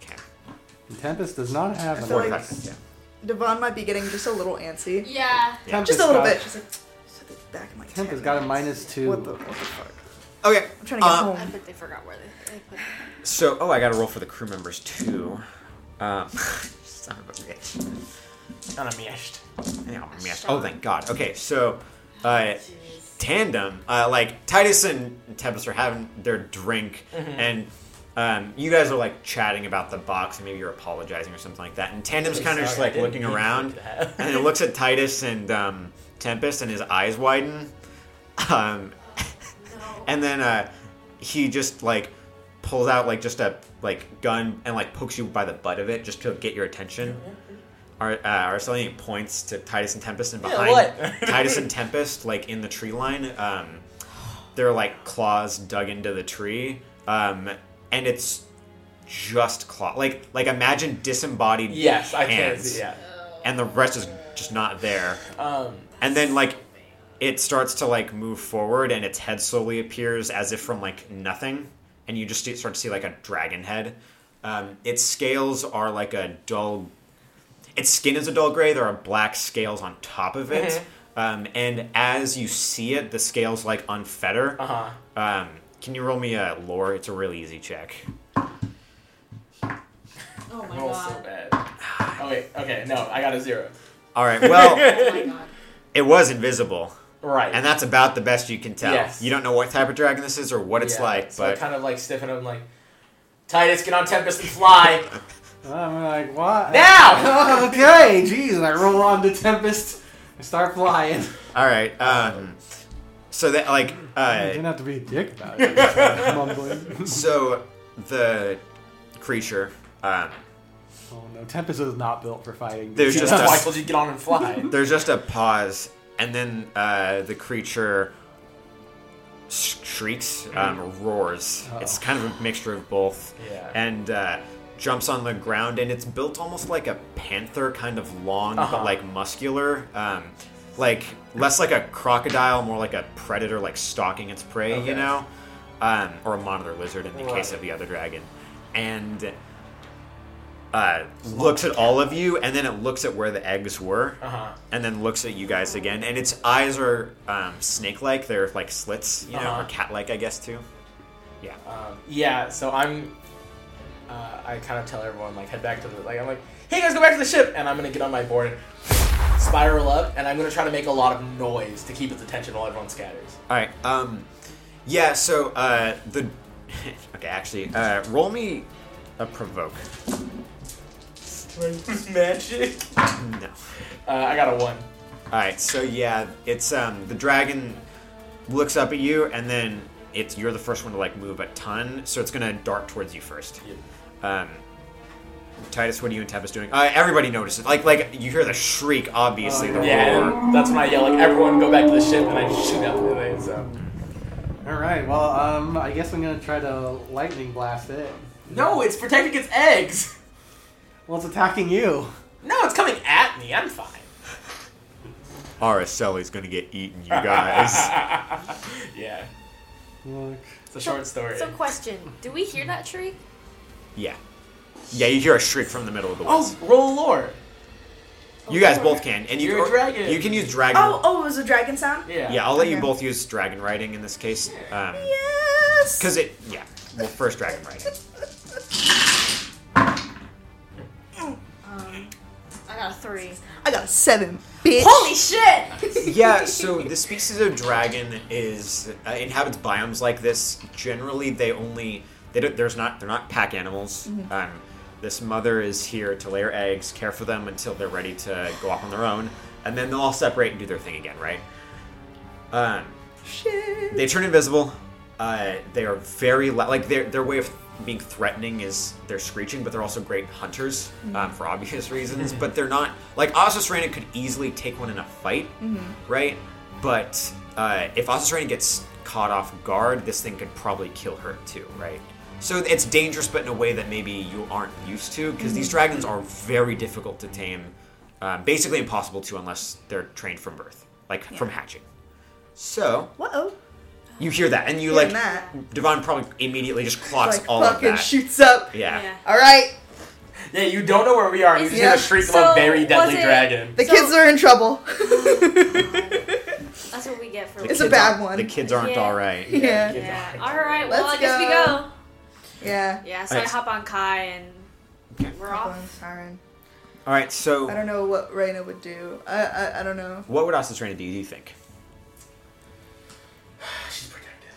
Okay. Tempest does not have I a feel like- minus. 45 minutes, yeah. Devon might be getting just a little antsy. Yeah. Yeah. Just a little got, bit. She's like, "Shut the back of my Tempest tent." got a minus two. What the, what the fuck? Okay. I'm trying to get Uh, I home. bet they forgot where they, they put it. So, oh, I got to roll for the crew members too. Um, [LAUGHS] son of a bitch. Not a meshed. Anyhow, yes. Oh, thank God. Okay, so uh, tandem, uh, like Titus and Tempest are having their drink, and um, you guys are like chatting about the box, and maybe you're apologizing or something like that. And Tandem's kind of just like looking around, and it looks at Titus and um, Tempest, and his eyes widen. [LAUGHS] Um, and then uh, he just like pulls out like just a like gun and like pokes you by the butt of it just to get your attention. Ar- uh, Arcelian points to Titus and Tempest, and Yeah, behind what? [LAUGHS] Titus and Tempest, like in the tree line, um, they're like claws dug into the tree, um, and it's just claw. Like like imagine disembodied Yes, I can hands, see. Yeah. and the rest is just not there. Um, And then like it starts to like move forward and its head slowly appears as if from like nothing and you just start to see like a dragon head. Um, its scales are like a dull its skin is a dull gray. There are black scales on top of it. Um, and as you see it, the scales like unfetter. uh huh. Um, can you roll me a lore? It's a really easy check. Oh my Roll so god. bad. Oh wait. Okay. No, I got a zero. All right. Well, [LAUGHS] Oh my god. it was invisible, Right. and that's about the best you can tell. Yes. You don't know what type of dragon this is or what it's Yeah, like, so I but kind of like stiffen up. I'm like, Titus, get on Tempest and fly I'm like, what? now. [LAUGHS] okay, jeez, and I roll on to Tempest. I start flying. All right. Um, so that like I uh, didn't have to be a dick [LAUGHS] about it. I'm mumbling. so the creature um, Oh no, Tempest was not built for fighting. [LAUGHS] There's [LAUGHS] [LAUGHS] just That's why I us. told you to get on and fly. there's just a pause and then uh, the creature shrieks um, roars it's kind of a mixture of both Yeah. and uh, jumps on the ground and it's built almost like a panther kind of long but Uh-huh. like muscular um, like less like a crocodile more like a predator like stalking its prey you Okay. know um, or a monitor lizard in the case Right. of the other dragon and uh, looks at all of you and then it looks at where the eggs were Uh-huh. and then looks at you guys again and its eyes are um, snake-like they're like slits you know Uh-huh. or cat-like i guess too yeah Um, yeah. So I'm. Uh, I kind of tell everyone like head back to the like I'm like, hey guys, go back to the ship, and I'm gonna get on my board and spiral up, and I'm gonna try to make a lot of noise to keep its attention while everyone scatters. all right um yeah so uh the [LAUGHS] okay actually uh roll me a provoke Magic. no Uh, I got a one. all right so yeah it's um the dragon looks up at you and then it's you're the first one to like move a ton so it's gonna dart towards you first Um, Titus, what are you and Tempest doing? Uh, everybody notices. Like, like you hear the shriek, obviously. the Uh, Yeah, roar. and that's when I yell like, everyone go back to the ship, and I just shoot out the way. So. All right, well, um, I guess I'm gonna try to lightning blast it. No, it's protecting its eggs. Well, it's attacking you. No, it's coming at me. I'm fine. Araceli's gonna get eaten, you guys. [LAUGHS] yeah. Look. It's a short story. So, question: Do we hear that tree? yeah. Yeah, you hear a shriek from the middle of the woods. oh, roll lore. you guys both can. And you You're a or- dragon. You can use dragon. Oh, oh, it was a dragon sound? Yeah. Yeah, I'll let you Okay. both use dragon riding in this case. Um, Yes! Because it, yeah. Well, first dragon riding. I got a three. I got a seven, bitch. Holy shit! yeah, so the species of dragon is uh, inhabits biomes like this. Generally, they only they don't, there's not they're not pack animals. Um, this mother is here to lay her eggs, care for them until they're ready to go off on their own, and then they'll all separate and do their thing again, right? Um, shit. they turn invisible. Uh, they are very loud. Like their their way of being threatening is they're screeching, but they're also great hunters um, for obvious [LAUGHS] reasons. but they're not like Osus Rana could easily take one in a fight, right? But uh, if Osus Rana gets caught off guard, this thing could probably kill her too, right? So it's dangerous, but in a way that maybe you aren't used to, because these dragons are very difficult to tame, um, basically impossible to unless they're trained from birth, like from hatching. So Whoa. you hear that, and you like Hearing that. Devon probably immediately just clocks Like, all of fucking that. shoots up. Yeah. Yeah. All right, Yeah, you don't know where we are. You Is just it- hear a shriek of so a very deadly was it- dragon. the So- kids are in [LAUGHS] trouble. That's what we get for. It's a bad one. The kids aren't Yeah. all right. yeah. Yeah. All right. Well, Let's I guess go. we Yeah. go. Yeah. So I Thanks. hop on Kai and Okay. we're Hop off. on, Siren. All right. So, I don't know what Reina would do. I, I I don't know. what would Asus Reina do? You think? She's protected.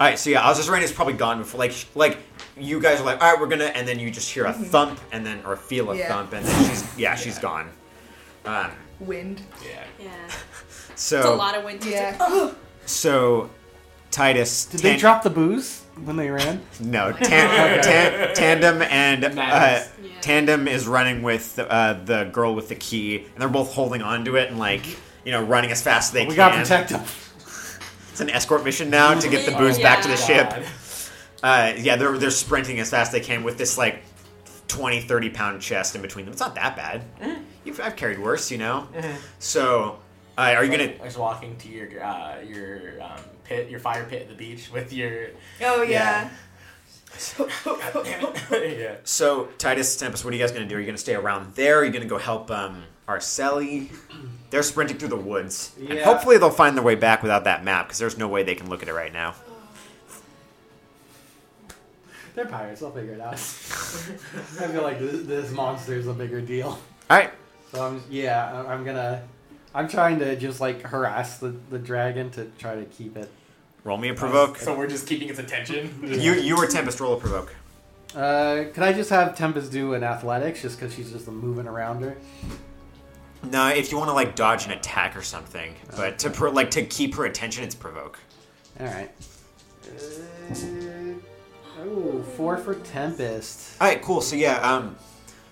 All right. So yeah, Asus Reina is probably gone before. Like, sh- like you guys are like, all right, we're gonna, and then you just hear a thump, and then or feel a Mm-hmm. Yeah. thump, and then she's yeah, she's gone. Um, Wind. Yeah. Yeah. so Oh. It's a lot of wind. to Yeah. [LAUGHS] take. so Titus Did Tan- they drop the booze when they ran? No, tan- tan- tandem and uh, Madness. Yeah. tandem is running with uh, the girl with the key, and they're both holding onto it and like you know running as fast as [LAUGHS] they We can. got protected. It's an escort mission now to Oh, get the booze back to the God. ship. Uh, yeah, they're they're sprinting as fast as they can with this like 20, 30 pound chest in between them. It's not that bad. You've, I've carried worse, you know. So, uh, are you gonna? I was walking to your uh, your um, pit, your fire pit at the beach with your. Oh yeah. yeah. [LAUGHS] yeah. So Titus Tempest, what are you guys gonna do? Are you gonna stay around there? Are you gonna go help um, [CLEARS THROAT] Arceli? They're sprinting through the woods, and Yeah. hopefully they'll find their way back without that map because there's no way they can look at it right now. They're pirates. I'll figure it out. I feel like this, this monster's a bigger deal. All right, So I'm yeah. I- I'm gonna. I'm trying to just like harass the, the dragon to try to keep it. roll me a provoke. So we're just keeping [LAUGHS] its attention. You you or Tempest roll a provoke. Uh, could I just have Tempest do an athletics just because she's just moving around her? No, if you want to like dodge an attack or something, but to pro- like to keep her attention, it's provoke. All right. Uh, oh, four for Tempest. All right, cool. So yeah, um,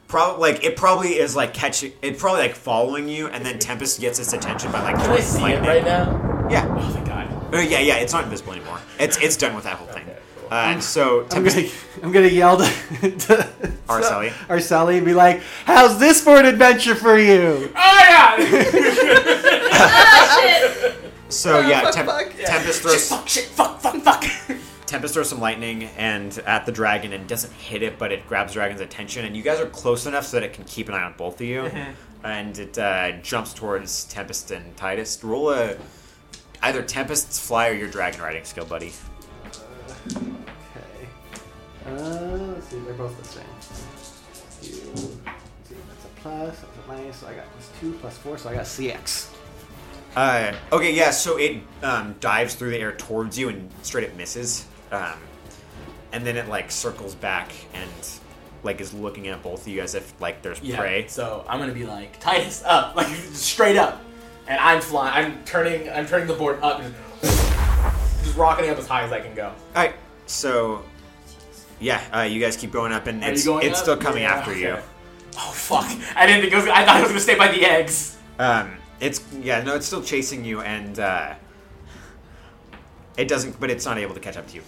probably like it probably is like catching, it probably like following you, and then Tempest gets its attention by like Can I see it lightning. right now? Yeah. Oh, thank God. Uh, yeah, yeah, it's not invisible anymore. It's it's done with that whole thing. Okay, cool. Uh, so I'm Tempest, gonna, I'm gonna yell to, to Araceli. Arceli E and be like, "How's this for an adventure for you?" Oh [LAUGHS] yeah! so [LAUGHS] yeah, fuck, Tem- fuck. Yeah. Tempest Shit, throws fuck! Shit! Fuck! Fuck! Fuck! Tempest throws some lightning and at the dragon and doesn't hit it, but it grabs dragon's attention. And you guys are close enough so that it can keep an eye on both of you, Mm-hmm. and it uh, jumps towards Tempest and Titus. Roll a either Tempest's fly or your dragon riding skill, buddy. Okay. Uh, let's see, they're both the same. Two. Let's see, that's a plus. That's a minus. So I got plus two, plus four. So I got CX. Uh, okay, yeah. So it um, dives through the air towards you and straight up misses, um, and then it like circles back and like is looking at both of you as if like there's Yeah. prey. So I'm gonna be like Titus up, [LAUGHS] like straight up, and I'm flying. I'm turning. I'm turning the board up, and just rocketing up as high as I can go. All right, so yeah, uh, you guys keep going up, and Are you it's going it's up? still coming Yeah, after you. okay. Oh fuck! I didn't think it was. I thought it was gonna stay by the eggs. Um, it's yeah, no, it's still chasing you, and uh, it doesn't, but it's not able to catch up to you.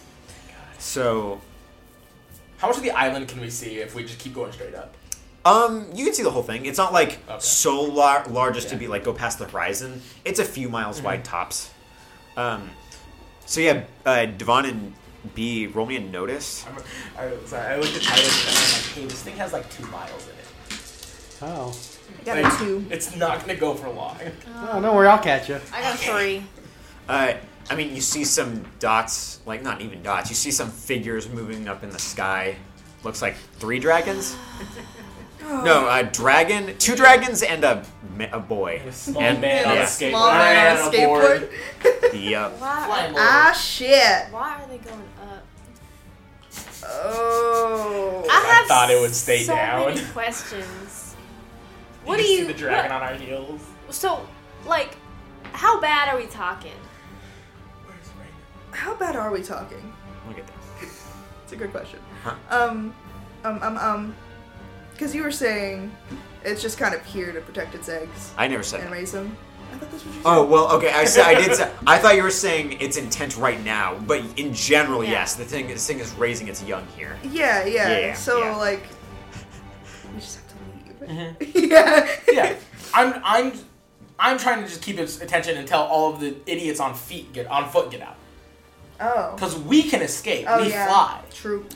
So How much of the island can we see if we just keep going straight up? Um, you can see the whole thing. It's not like Okay. so lar- large as to Yeah. Mm-hmm. be like go past the horizon. It's a few miles wide tops. Um, so yeah, uh, Devon and B, roll me a notice. I'm, I, sorry, I looked at Titus and I'm like, hey, this thing has like two miles in it. Oh. I got Like, a two. It's not gonna go for long. [LAUGHS] Oh, don't worry, I'll catch you. I got three. Uh, I mean, you see some dots, like not even dots. You see some figures moving up in the sky. Looks like three dragons. No, a dragon, two dragons, and a ma- a [LAUGHS] boy. A small And- man on a yeah. skateboard. Small man on a skateboard. Yup. Why? Flying board. ah, shit. Why are they going up? Oh. I thought it would stay so down. Many [LAUGHS] questions. Did What do see you? the dragon on our heels? what- so, like, how bad are we talking? Where's Raiden? How bad are we talking? Look at that. It's a good question. Huh. Um, um, um, um, because you were saying it's just kind of here to protect its eggs I never said and that. raise them. I thought that's what you said. Oh well, okay. I said I [LAUGHS] did. Say, I thought you were saying its intent right now, but in general, Yeah. yes. The thing, this thing is raising its young here. Yeah, yeah. Yeah, so yeah. like, we just have to leave. [LAUGHS] yeah. Yeah, [LAUGHS] I'm I'm I'm trying to just keep its attention until all of the idiots on feet get on foot get out. Oh. Because we can escape. Oh we yeah. fly. True.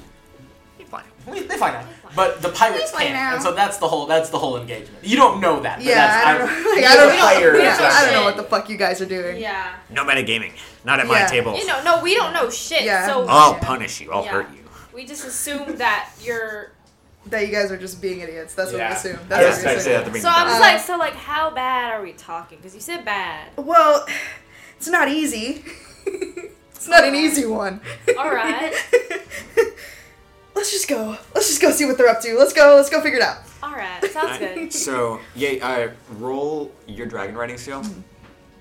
We, they find out. But the pirates find can't. out. And so that's the whole that's the whole engagement. You don't know that. but Yeah, that's, I don't know. [LAUGHS] Like, you're I don't the know. player, yeah, that's what I I'm don't know saying. what the fuck you guys are doing. Yeah. No metagaming. Not at my Yeah. table. You know, no, we don't know shit. Yeah. So Oh. I'll Yeah. punish you. I'll Yeah. hurt you. we just assume that [LAUGHS] you're. That you guys are just being idiots. That's what Yeah. we assume. I was That's what about we to assume. say that at the So I beginning. was Uh, like, so like, how bad are we talking? Because you said bad. Well, it's not easy. [LAUGHS] it's not an easy one. All right. [LAUGHS] let's just go. Let's just go see what they're up to. Let's go. Let's go figure it out. All right, [LAUGHS] sounds good. So yeah, uh, roll your dragon riding skill.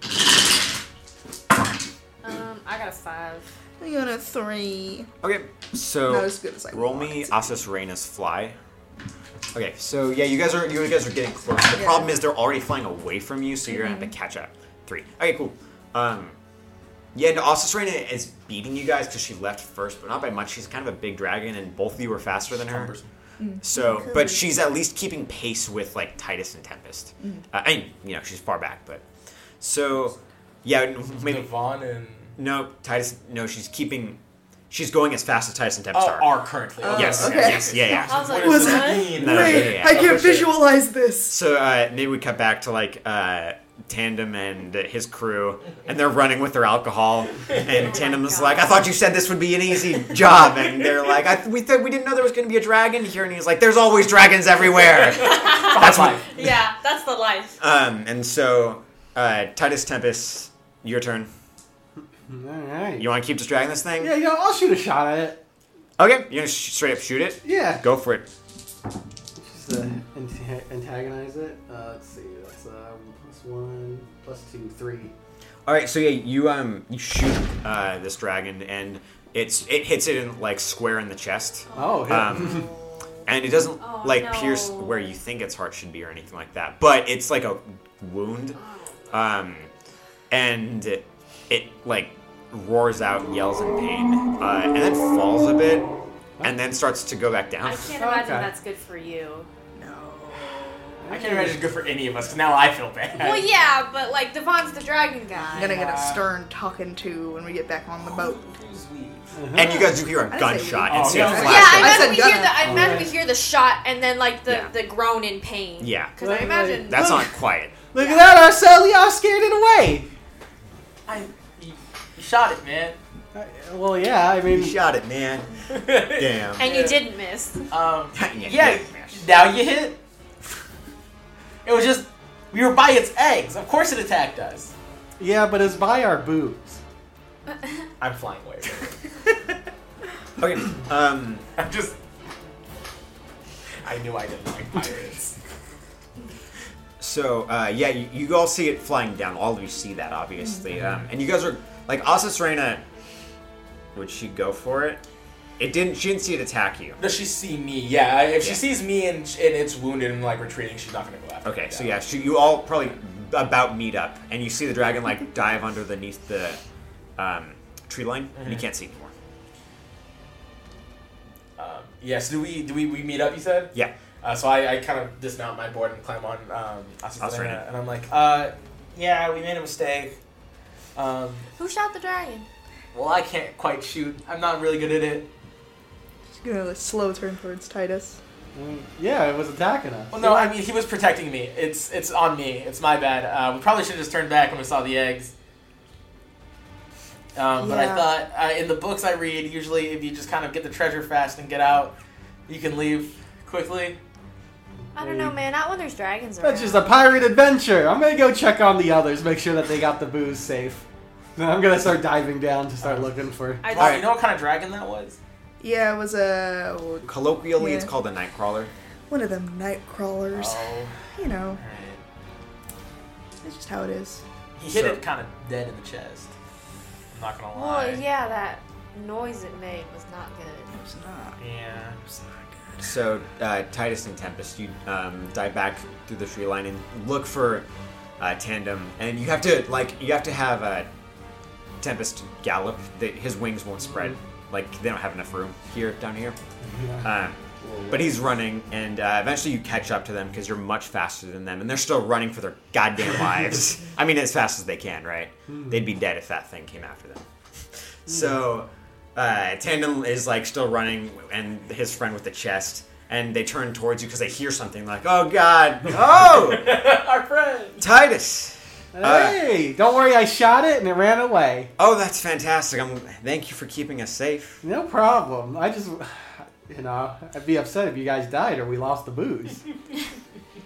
Hmm. Um, I got a five. I got a three. Okay, so Not as good as I roll me wanted. Asus Reyna's fly. Okay, so yeah, you guys are you guys are getting close. The Yeah. problem is they're already flying away from you, so you're gonna have to catch up. Three. Okay, cool. Um, yeah, and Asus Reyna is beating you guys because she left first, but not by much. She's kind of a big dragon, and both of you are faster than her. So, but she's at least keeping pace with like Titus and Tempest. Uh, I mean, you know, she's far back, but so yeah, maybe Devon and no, Titus. No, she's keeping. She's going as fast as Titus and Tempest oh, are. are currently. Oh, Yes, okay. yes, yeah, yeah. I was like, What does Was that what? mean? No, no, Wait, yeah, yeah. I can't Okay, sure. visualize this. So uh, maybe we cut back to like uh, Tandem and his crew, and they're running with their alcohol. And Tandem is God. like, "I thought you said this would be an easy job," and they're like, I, "We th- we didn't know there was going to be a dragon here." And he's like, "There's always dragons everywhere." That's what. Yeah, that's the life. Um, and so uh, Titus Tempest, your turn. All right. You want to keep distracting this thing? yeah, you know, I'll shoot a shot at it. Okay, you're gonna sh- straight up shoot it. Yeah. Go for it. Just uh, anta- antagonize it. Uh, let's see. That's uh, plus one, plus two, three. All right, so yeah, you um you shoot uh, this dragon and it's it hits it in like square in the chest, Oh, yeah. um, and it doesn't Oh, like no. pierce where you think its heart should be or anything like that. But it's like a wound, Oh. um, and it like roars out, yells in pain, uh, and then falls a bit, and then starts to go back I down. can't imagine Okay. that's good for you. I can't imagine it's good for any of us because now I feel bad. Well, yeah, but like Devon's the dragon guy. I'm gonna get a uh, stern talking to when we get back on the boat. Who's we? And you guys do hear I a say gunshot we- and Oh, see yeah. a I yeah, I said flash. imagine we gun. hear the I imagine Alright. we hear the shot and then like the, Yeah. the groan in pain. Yeah. Because Right, I imagine That's not [LAUGHS] quiet. [LAUGHS] Look at that, Arcel. Y'all scared it away. I you, you shot [LAUGHS] it, man. I- Uh, well, yeah, I mean. You shot it, man. Damn. and Yeah. you didn't miss. Um, Yeah, [LAUGHS] yeah, yeah. now you hit. It was just we were by its eggs. Of course, it attacked us. Yeah, but it's by our boobs. I'm flying [LAUGHS] away. Okay. Um. [COUGHS] I'm just. I knew I didn't like pirates. So uh, yeah, you, you all see it flying down. All of you see that, obviously. Um, and you guys are like Asa Serena. Would she go for it? It didn't. She didn't see it attack you. [LAUGHS] Does she see me? Yeah. I- If Yeah. she sees me and and it's wounded and like retreating, she's not gonna go after. Okay. me, So yeah, she, you all probably about meet up, and you see the dragon like dive underneath the um, tree line, and you can't see it anymore. Um, yes. Do we do we, we meet up? You said. Yeah. Uh, Uh, so I, I kind of dismount my board and climb on um, Asirena, Asirena. and I'm like, uh, yeah, we made a mistake. Um, Who shot the dragon? well, I can't quite shoot. I'm not really good at it. She's gonna like, slow turn towards Titus. Mm, Yeah, it was attacking us. Well, no, I mean he was protecting me. It's it's on me. It's my bad. Uh, we probably should have just turned back when we saw the eggs. Um, But I Yeah. thought uh, in the books I read, usually if you just kind of get the treasure fast and get out, you can leave quickly. I don't know, man. Not when there's dragons around. That's just a pirate adventure. I'm gonna go check on the others, make sure that they got the booze safe. Then I'm gonna start diving down to Uh, start looking for. I Wow, just- you know what kind of dragon that was? Yeah, it was a Colloquially, it's Yeah. called a nightcrawler. one of them night crawlers. Oh, You know, alright. it's just how it is. He hit So- it kind of dead in the chest. I'm not gonna lie. Well, yeah, that noise it made was not good. It's not. Yeah. It's not good. So uh, Titus and Tempest, you um, dive back through the tree line and look for uh, Tandem, and you have to like you have to have uh, Tempest gallop. The, his wings won't spread. Like they don't have enough room here down here. Um, but he's running, and uh, eventually you catch up to them because you're much faster than them, and they're still running for their goddamn lives. I mean, as fast as they can, right? They'd be dead if that thing came after them. So, uh, Tandem is like still running, and his friend with the chest, and they turn towards you because they hear something like, "Oh [LAUGHS] God, oh Our friend. Titus, Uh, Hey, don't worry, I shot it and it ran away. oh that's fantastic! I'm thank you for keeping us safe." No problem. I just, [SIGHS] you know, I'd be upset if you guys died or we lost [LAUGHS] the booze.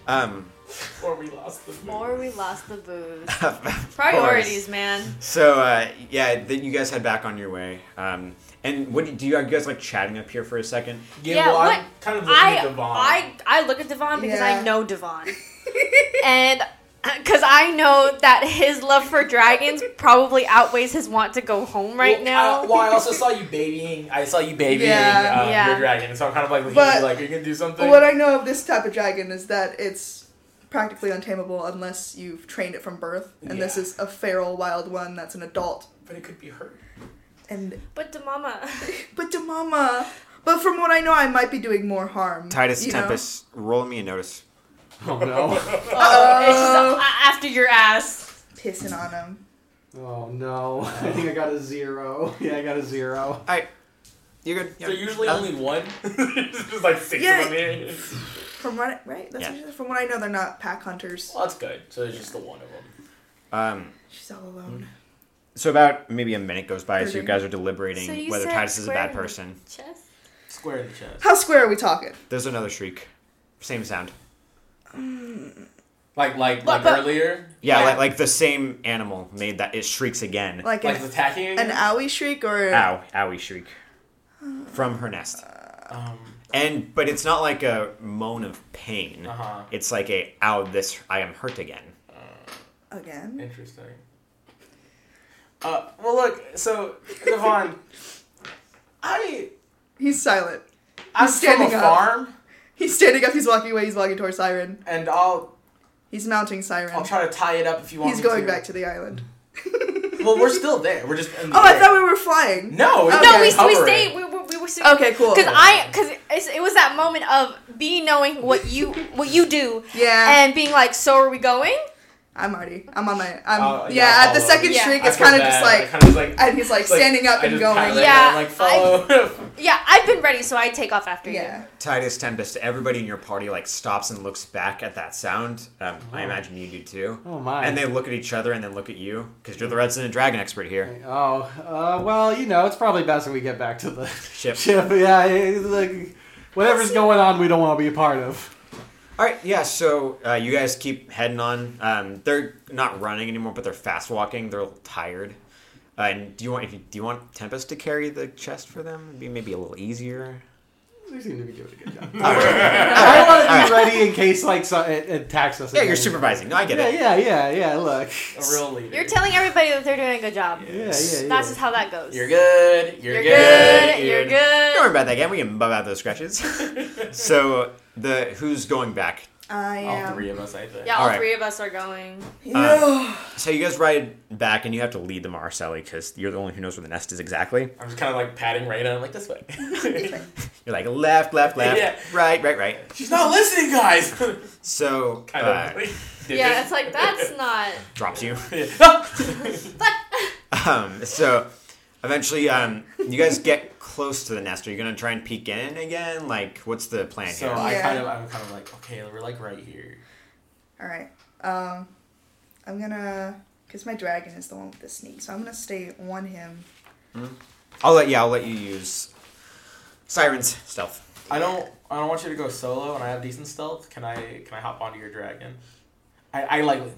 Um, [LAUGHS] Or we lost the moon. Or we lost the booze. of course. Priorities, man. So uh, yeah, then you guys head back on your way. Um, and what do you, do you guys like chatting up here for a second? Yeah, well, I'm what- kind of looking at I, the bomb. I, I look at Devon because Yeah. I know Devon. [LAUGHS] and [LAUGHS] because I know that his love for dragons probably outweighs his want to go home right Well, uh, now. I, well, I also saw you babying. I saw you babying Yeah. um, Yeah. your dragon, so I'm kind of like looking But- at you like, are you gonna do something? What I know of this type of dragon is that it's practically untamable unless you've trained it from birth, and this Yeah. is a feral wild one that's an adult. but it could be hurt. And but to Mama, but to mama. But from what I know, I might be doing more harm. Titus you know? Tempest, roll me a notice. Oh no. it's just uh, after your ass. pissing on him. [LAUGHS] Oh no. I think I got a zero. [LAUGHS] Yeah, I got a zero. All right, you're good. There's usually Uh, only one. There's [LAUGHS] just like six Yeah. of them here. From what right? That's Yeah. what she said. from what I know, they're not pack hunters. Well, that's good. So there's just the one of them. Um, She's all alone. Mm. so about maybe a minute goes by as you Thirty. guys are deliberating So you whether said Titus is a bad square. person. Chest? Square in the chest. How square are we talking? There's another shriek, same sound. Like like like But- but- earlier, Yeah, Yeah. Like, like the same animal made that it shrieks again. Like, like an, the attacking. an owie shriek or Ow, owie shriek from her nest. um, And but it's not like a moan of pain. Uh-huh. It's like a ow, this I am hurt again. again? interesting. Uh, well, look. So [LAUGHS] Devon, I He's silent. I'm standing from a up. farm, He's standing up. He's walking away. He's walking towards Siren. and I'll He's mounting Siren. I'll try to tie it up if you want. He's me going to. Mm. back to the island. Well, we're still there. We're just. In the Oh, I air. thought we were flying. No, Okay. No, we, we Hovering. stayed. We, we, we were sitting- Okay, cool. Cause I, cause it's, it was that moment of me knowing what you what you do Yeah, and being like, so are we going? I'm already. I'm on my. I'm. Oh, yeah, yeah, at the follow. second Yeah. shriek, I it's feel kind of bad. just I like, kinda was like and he's like it's [LAUGHS] like, standing up I and just going. patted her Yeah, and, like [LAUGHS] follow. Yeah, I've been ready, so I take off after Yeah, Titus Tempest, everybody in your party like stops and looks back at that sound. Um, I imagine you do too. Oh my. And they look at each other and then look at you because you're the resident dragon expert here. Oh, uh, well, you know, it's probably best when we get back to the Ship. [LAUGHS] ship. Yeah, it's like, whatever's going on, we don't want to be a part of. All right, yeah. So uh, you guys keep heading on. Um, they're not running anymore, but they're fast walking. They're tired. Uh, and do you want if you, do you want Tempest to carry the chest for them? It'd be maybe a little easier. They seem to be doing a good job. I want to be ready in case like so, it, it attacks us. Yeah, you're again. supervising. No, I get Yeah, it. yeah, yeah, yeah. Look. a real leader. you. You're telling everybody that they're doing a good job. Yeah, yeah, yeah. That's just how that goes. You're good. You're, You're good. good. You're Don't worry [LAUGHS] good. about that again. We can bub out those scratches. so the who's going back? I [LAUGHS] All am. three of us, I think. Yeah, all Alright. three of us are going. Yeah. Um, So you guys ride back, and you have to lead the Marcelli because you're the only one who knows where the nest is exactly. I'm just kind of like patting Raina. I'm like, this way. You're like left, left, left, Yeah. right, right, right. [LAUGHS] She's not listening, guys. [LAUGHS] So kind uh, of. like, [LAUGHS] did Yeah, it. it's [LAUGHS] like that's not. drops you. Yeah. But Um, so eventually, um, you guys get close to the nest. Are you gonna try and peek in again? Like, what's the plan so here? I Yeah. kind of, I'm kind of like, okay, we're like right here. All right. Um, I'm gonna, cause my dragon is the one with the sneak, so I'm gonna stay on him. I'll let yeah, I'll let you use sirens stealth. I don't, I don't want you to go solo, and I have decent stealth. Can I, can I hop onto your dragon? I, I like. Like,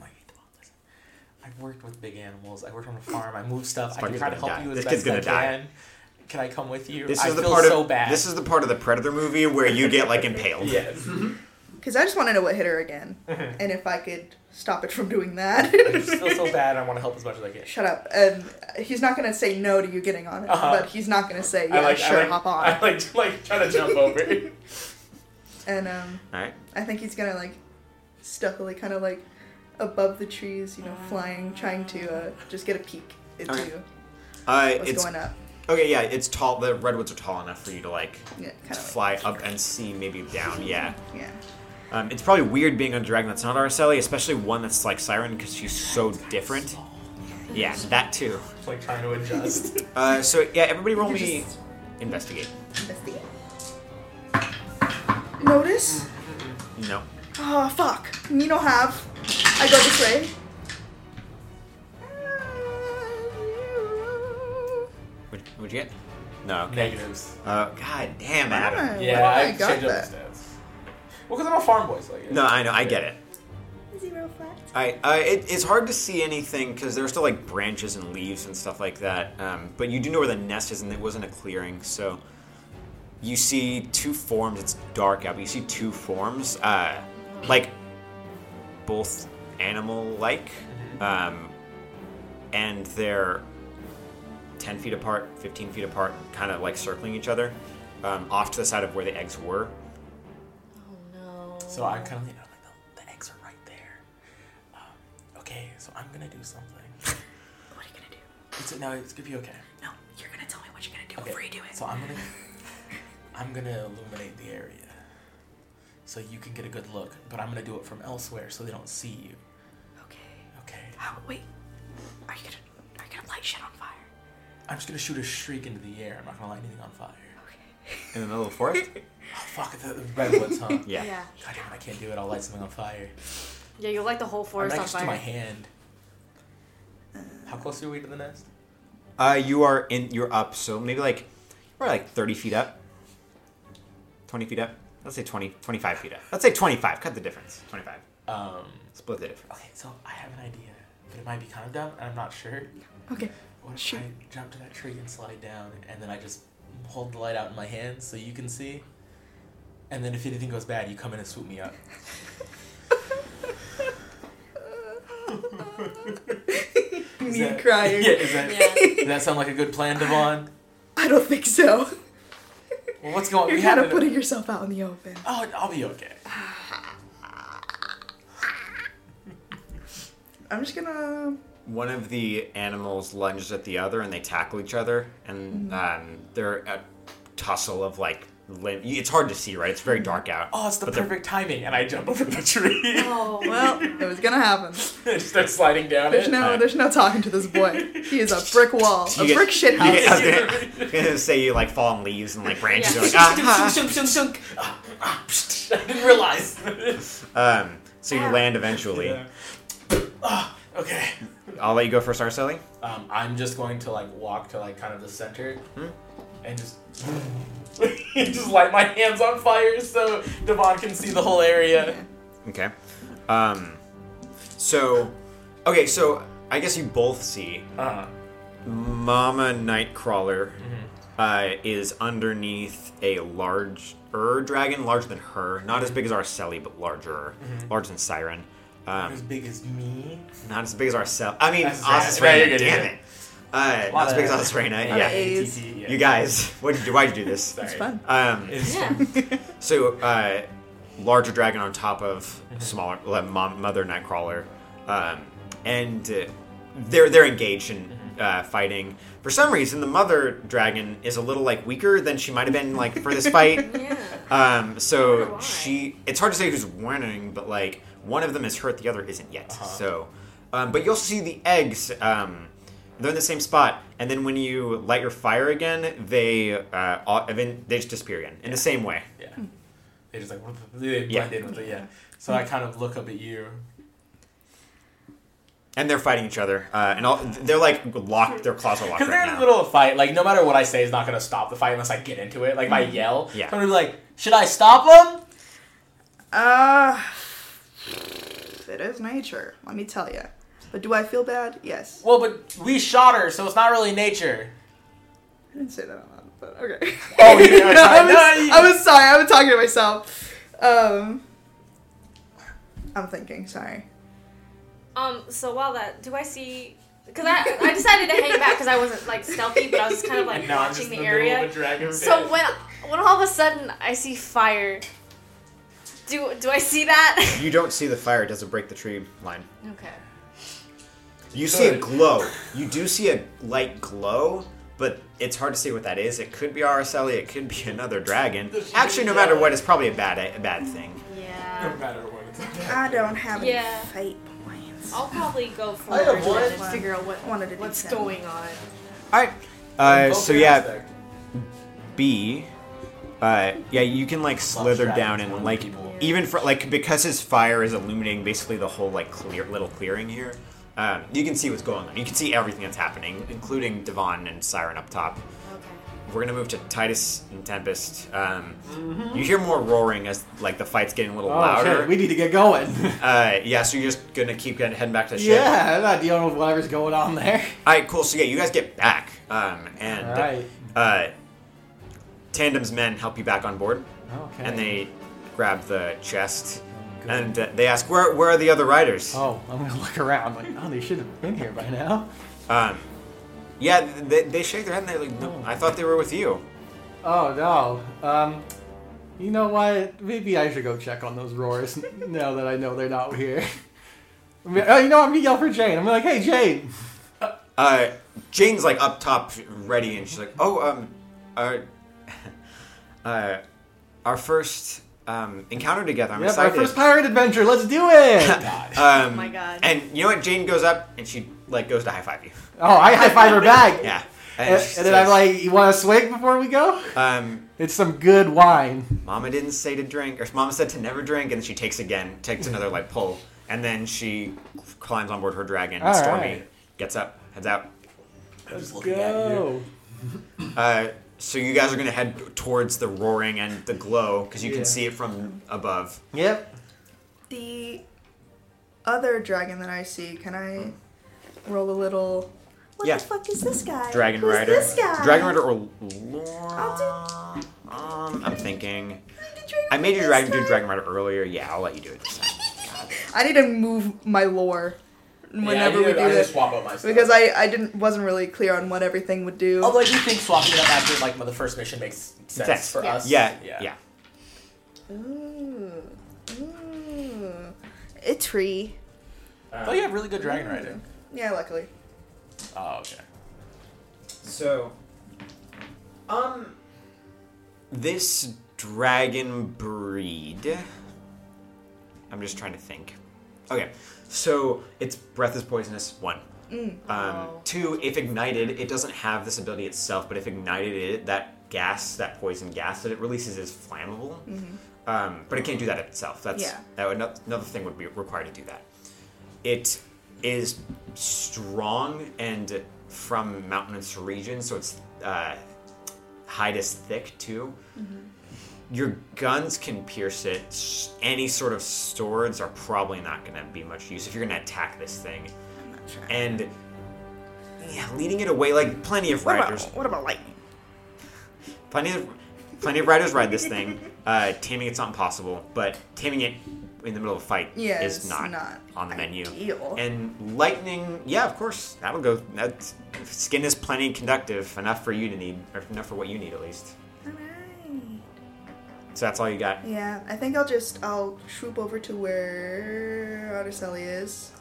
I've worked with big animals. I worked on a farm. I move stuff. I fucker's try to gonna help die. you as This best kid's gonna I die. can. Can I come with you? This I is the feel part so of bad. [LAUGHS] this is the part of the Predator movie where you get like impaled. [LAUGHS] yes. Cause I just want to know what hit her [LAUGHS] again, and if I could stop it from doing that. I just feel so bad. I want to help as much as I [LAUGHS] can. Shut up. And he's not gonna say no to you getting on it, Uh-huh. but he's not gonna say yeah, I like, sure, I like, hop on. [LAUGHS] I like, like try to jump over. and um, All right. I think he's gonna like stealthily, kind of like above the trees, you know, flying, trying to uh, just get a peek into Okay. Uh, what's it's going up. okay. Yeah, it's tall. The redwoods are tall enough for you to like Yeah, kind of. fly up and see maybe down. Yeah. Like, yeah. Um, it's probably weird being on a dragon that's not Araceli, especially one that's like Siren because she's so different. Yeah, that too. It's like trying to adjust. [LAUGHS] Uh, so yeah, everybody roll me investigate. Investigate. Notice. No. Oh fuck. Me no have. I go this way. What, what'd you get? No. Okay. Negatives. Uh, God damn, Adam. Why? Yeah, Why I Oh, I got change up that? the stats. Well, because I'm a farm boy, so I guess. No, I know. I get it. Zero flat. I, uh, it, it's hard to see anything because there's still like branches and leaves and stuff like that. Um, but you do know where the nest is, and it wasn't a clearing, so you see two forms. It's dark out, but you see two forms, uh, like both animal-like, um, and they're ten feet apart, fifteen feet apart, kind of like circling each other, um, off to the side of where the eggs were. oh no. So I kind of lean out like, the, the eggs are right there. Um, okay, so I'm gonna do something. [LAUGHS] What are you gonna do? It's no, it's gonna be okay. No, you're gonna tell me what you're gonna do Okay. before you do it. So I'm gonna, I'm gonna illuminate the area, so you can get a good look. But I'm gonna do it from elsewhere, so they don't see you. Okay. Okay. Oh wait. Are you gonna are you gonna light shit on fire? I'm just gonna shoot a shriek into the air. I'm not gonna light anything on fire. In the middle of the forest? Oh fuck, the the redwoods, [LAUGHS] huh? God [LAUGHS] Yeah. Yeah. damn it, I can't do it. I'll light something on fire. Yeah, you're like the whole I'm forest on next to my fire. hand. How close are we to the nest? Uh, you are in. You're up, so maybe like, we're like thirty feet up, twenty feet up. Let's say 20, 25 feet up. Let's say twenty-five. Cut the difference. Twenty-five. Um, Split the difference. okay, so I have an idea, but it might be kind of dumb, and I'm not sure. Okay. What if Sure. I jump to that tree and slide down, and then I just hold the light out in my hand so you can see? And then if anything goes bad, you come in and swoop me up. Is Me that- crying. [LAUGHS] Yeah, is that, Yeah. does that sound like a good plan, Devon? I don't think so. Well, what's going on? You're kind of putting yourself out in the open. Oh, I'll be okay. I'm just gonna. One of the animals lunges at the other, and they tackle each other, and um, they're a tussle of like limb. It's hard to see, right? It's very dark out. [LAUGHS] Oh, it's the But they're- perfect timing, and I jump over the tree. [LAUGHS] [LAUGHS] Oh. Well, it was gonna happen. I just start sliding down There's it. no, there's no talking to this boy. He is a brick wall, a You get- brick shit you house. get- I was gonna- gonna [LAUGHS] say you like fall on leaves and like branches. You're like, ah, ah, ah. Shunk, shunk, shunk, shunk. Ah, ah, psh, I didn't realize. Um, so you land eventually. [LAUGHS] Ah, okay. I'll let you go first, Arceli. Um, I'm just going to like walk to like kind of the center Hmm? and just [LAUGHS] just light my hands on fire so Devon can see the whole area. Okay. Um, so, okay, so I guess you both see Uh, Mama Nightcrawler Mm-hmm. uh, is underneath a larger dragon, larger than her, not as big as Arceli, but larger, Mm-hmm. larger than Siren. Um, as big as me. not as big as Arcel. I mean, That's bad. Osas Right, you're Reina. good, Damn yeah. it. Uh, Lot not as big as of- Osas [LAUGHS] Reina. of Yeah. A's. ATT, yeah. You guys, what did you, why'd you do this? Sorry. It's fun. Um, It's Yeah. fun. so uh, larger dragon on top of smaller le- mo- mother Nightcrawler, um, and uh, they're they're engaged in uh, fighting. For some reason, the mother dragon is a little like weaker than she might have been like for this fight. [LAUGHS] Yeah. Um, wonder so why. she, it's hard to say who's winning, but like one of them is hurt, the other isn't yet. So, um, but you also see the eggs. Um, they're in the same spot, and then when you light your fire again, they uh, all, even- they just disappear again in the same way. Yeah. They just like they blend Yeah. in with it, yeah. So I kind of look up at you. And they're fighting each other, uh, and all, they're like locked. Their claws are locked Because right they're in now. the middle of a fight. Like, no matter what I say is not going to stop the fight unless I get into it. Like, if I yell, Mm-hmm. Yeah. I'm going to be like, should I stop them? Uh, it is nature, let me tell you. But do I feel bad? Yes. Well, but we shot her, so it's not really nature. I didn't say that out loud, but okay. Oh, you [LAUGHS] did. No, I, No, was, you- I was sorry. I was talking to myself. Um, I'm thinking. Sorry. Um. So while that, do I see? Because I, [LAUGHS] I decided to hang back because I wasn't like stealthy, but I was kind of like And now I'm watching just the in middle area. of a dragon So pit. when when all of a sudden I see fire, do do I see that? [LAUGHS] You don't see the fire; it doesn't break the tree line. okay. You see a Good. glow. You do see a light glow, but it's hard to see what that is. It could be Araceli, it could be [LAUGHS] another dragon. Actually, no matter what, it's probably a bad a bad thing. No Yeah. matter what it's I don't have Yeah. any fate points. I'll probably go for I have it one. and just figure out what I wanted to do what's ten. going on. All right. Uh, so yeah, B. Uh, yeah, you can like slither dragons, down one and like people. even for like because his fire is illuminating basically the whole like clear little clearing here. Um, you can see what's going on. You can see everything that's happening, including Devon and Siren up top. Okay. We're gonna move to Titus and Tempest. Um, You hear more roaring as like the fight's getting a little Mm-hmm. Oh, louder. shit, we need to get going. [LAUGHS] uh, yeah, so you're just gonna keep getting, heading back to the ship. yeah, I'm not dealing with whatever's going on there. All right, cool. So yeah, you guys get back, um, and [LAUGHS] All right. uh, Tandem's men help you back on board, Okay. and they grab the chest, Good. and uh, they ask, "Where where are the other riders?" Oh, I'm gonna look around. Like, oh, they should have been here by now. Um, yeah, they, they shake their head and they're like, no, Oh. "I thought they were with you." Oh no. Um, you know what? Maybe I should go check on those roars [LAUGHS] now that I know they're not here. [LAUGHS] I mean, oh, you know, what? I'm gonna yell for Jane. I'm like, hey, Jane. Uh, Jane's like up top, ready, and she's like, "Oh, um, our, [LAUGHS] uh, our first um encounter together. I'm Yep, our excited." first pirate adventure. Let's do it. [LAUGHS] [LAUGHS] um, Oh my God. And you know what? Jane goes up and she like goes to high five you. oh, I high five her back. Yeah. And, she and then I'm says, like, you want a swig before we go? um, It's some good wine. Mama didn't say to drink, or Mama said to never drink, and then she takes again, takes another like pull, and then she climbs on board her dragon. All Stormy right. gets up, heads out. I'm just looking at you. Go. Uh, so you guys are gonna head towards the roaring and the glow because you Yeah. can see it from above. Yep. The other dragon that I see. Can I roll a little? What Yeah. the fuck is this guy? Dragon Who's Rider, This guy. Dragon Rider or Laura? Um, I'm thinking. I made you dragon do Dragon Rider earlier. Yeah, I'll let you do it this time. I need to move my lore whenever yeah, I we do, I do just this swap up my stuff. because I I didn't wasn't really clear on what everything would do. Although I do think swapping it up after like the first mission makes sense Sense. for Yeah. us. Yeah, yeah. Ooh, ooh, a tree. Oh, you have really good dragon riding. Yeah, luckily. Oh, okay. So, um, this dragon breed. I'm just trying to think. Okay, so its breath is poisonous. One. Um, Oh. Two, if ignited, it doesn't have this ability itself, but if ignited, it that gas, that poison gas that it releases, is flammable. Um, but it can't do that itself. That's Yeah. that would, another thing would be required to do that. It is strong and from mountainous regions, so its uh, hide is thick too. Your guns can pierce it. S- Any sort of swords are probably not going to be much use if you're going to attack this thing. And yeah, leading it away like plenty of What riders, about what about lightning? plenty of plenty of riders ride this [LAUGHS] thing. Uh, taming it's not possible, but taming it in the middle of a fight Yeah, is it's not, not on the menu. ideal. And lightning, yeah, of course, that'll go. That's, skin is plenty conductive enough for you to need, or enough for what you need at least. Alright. So that's all you got. Yeah, I think I'll just I'll swoop over to where Articelli is.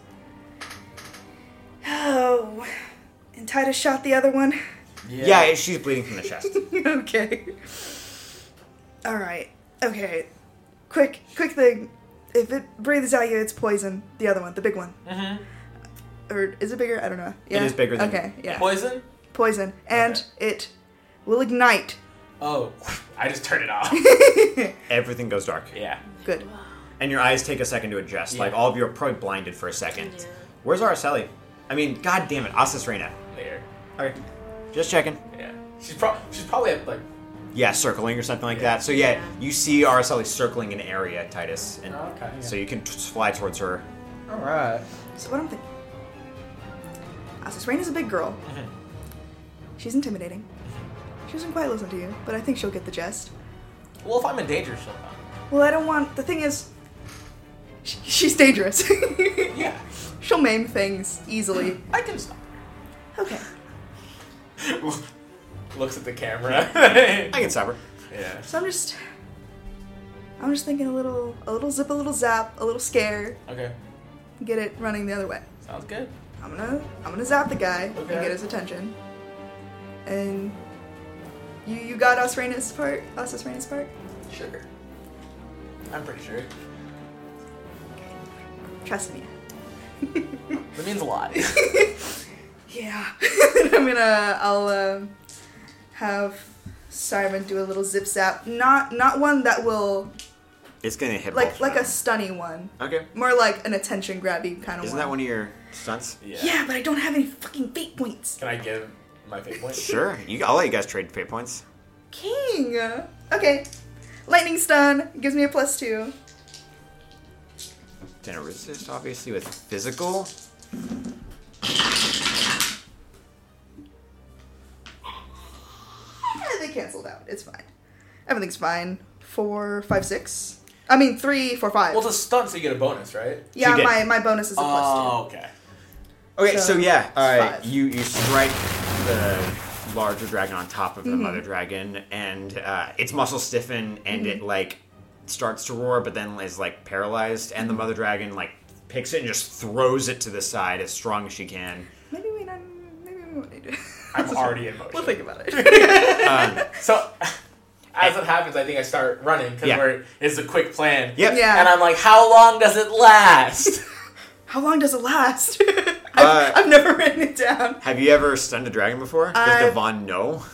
Oh, and Titus shot the other one. Yeah, it she's bleeding from the [LAUGHS] chest. okay. All right. Okay. Quick, quick thing. If it breathes at you, it's poison. The other one, the big one, Mm-hmm. or is it bigger? I don't know. It is bigger than- Okay. Yeah. Poison? poison, and it will ignite. Oh, [LAUGHS] I just turned [LAUGHS] it off. Everything goes dark. yeah. Good. And your eyes take a second to adjust. Yeah. Like all of you are probably blinded for a second. Yeah. Where's Araceli? I mean, god damn it, Asus Reina. There. Okay. Just checking. Yeah. She's, prob she's probably at like Yeah, circling or something like Yeah. that. So yeah, Yeah. you see Araceli circling an area, Titus, and Okay. so you can t- fly towards her. All right. So what I'm thinking. Asus Rain is a big girl. Mm-hmm. She's intimidating. She doesn't quite listen to you, but I think she'll get the gist. Well, if I'm in danger, she'll know. Well, I don't want. The thing is, sh- she's dangerous. [LAUGHS] Yeah, she'll maim things easily. I can stop. Okay. [LAUGHS] Looks at the camera. [LAUGHS] I can stop her. yeah. So I'm just. I'm just thinking a little, a little zip, a little zap, a little scare. Okay. Get it running the other way. Sounds good. I'm gonna I'm gonna zap the guy and Okay. get his attention. And you you got us Raina's part? Us as Raina's part? Sure. I'm pretty sure. Trust me. That means [LAUGHS] a lot. Yeah. [LAUGHS] I'm gonna I'll um, have Simon do a little zip zap. Not not one that will It's gonna hit. like both like of a them. stunny one. Okay. More like an attention grabby kind of Isn't one. that one of your stunts? Yeah, but I don't have any fucking fate points. Can I give my fake point? Sure. You, I'll let you guys trade fate points. King. Okay. Lightning stun gives me a plus two. Didn't resist, obviously, with physical. Yeah, Eh, they canceled out. It's fine. Everything's fine. Four, five, six. I mean, three, four, five. Well, it's a stunt, so you get a bonus, right? yeah, you did. my, my bonus is a plus Oh, okay. Okay, so, So, yeah, uh, five. you you strike the larger dragon on top of the Mm-hmm. mother dragon, and uh, its muscles stiffen, and Mm-hmm. it like starts to roar, but then is like paralyzed, Mm-hmm. and the mother dragon like picks it and just throws it to the side as strong as she can. two. Maybe we not. Maybe we won't need to. [LAUGHS] I'm already in motion. We'll [LAUGHS] think about [LAUGHS] it. [LAUGHS] Um, So, as it happens, I think I start running because Yeah. we're it's a quick plan. yep. Yeah. And I'm like, how long does it [LAUGHS] last? How long does it last? [LAUGHS] I've, Uh, I've never [LAUGHS] written it down. Have you ever stunned a dragon before? Does I've- Devon know?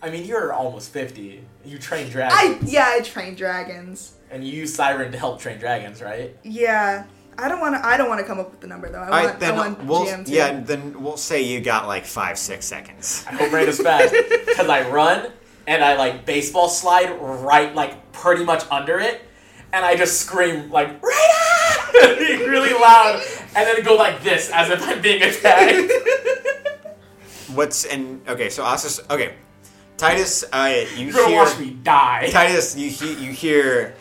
I mean, you're almost 50. You train I dragons. yeah, I train dragons. And you use Siren to help train dragons, [LAUGHS] right? Yeah, I don't want to. I don't want to come up with the number though. I All want. right, then I want we'll GM to. [LAUGHS] yeah, then we'll say you got like five, six seconds. I hope Brandon's fast because I run and I like baseball slide right like pretty much under it, and I just scream like Brandon [LAUGHS] really loud, and then go like this as if I'm being attacked. What's and okay? So Asus, okay, Titus, uh, you You're gonna hear watch me die. Titus, you he, you hear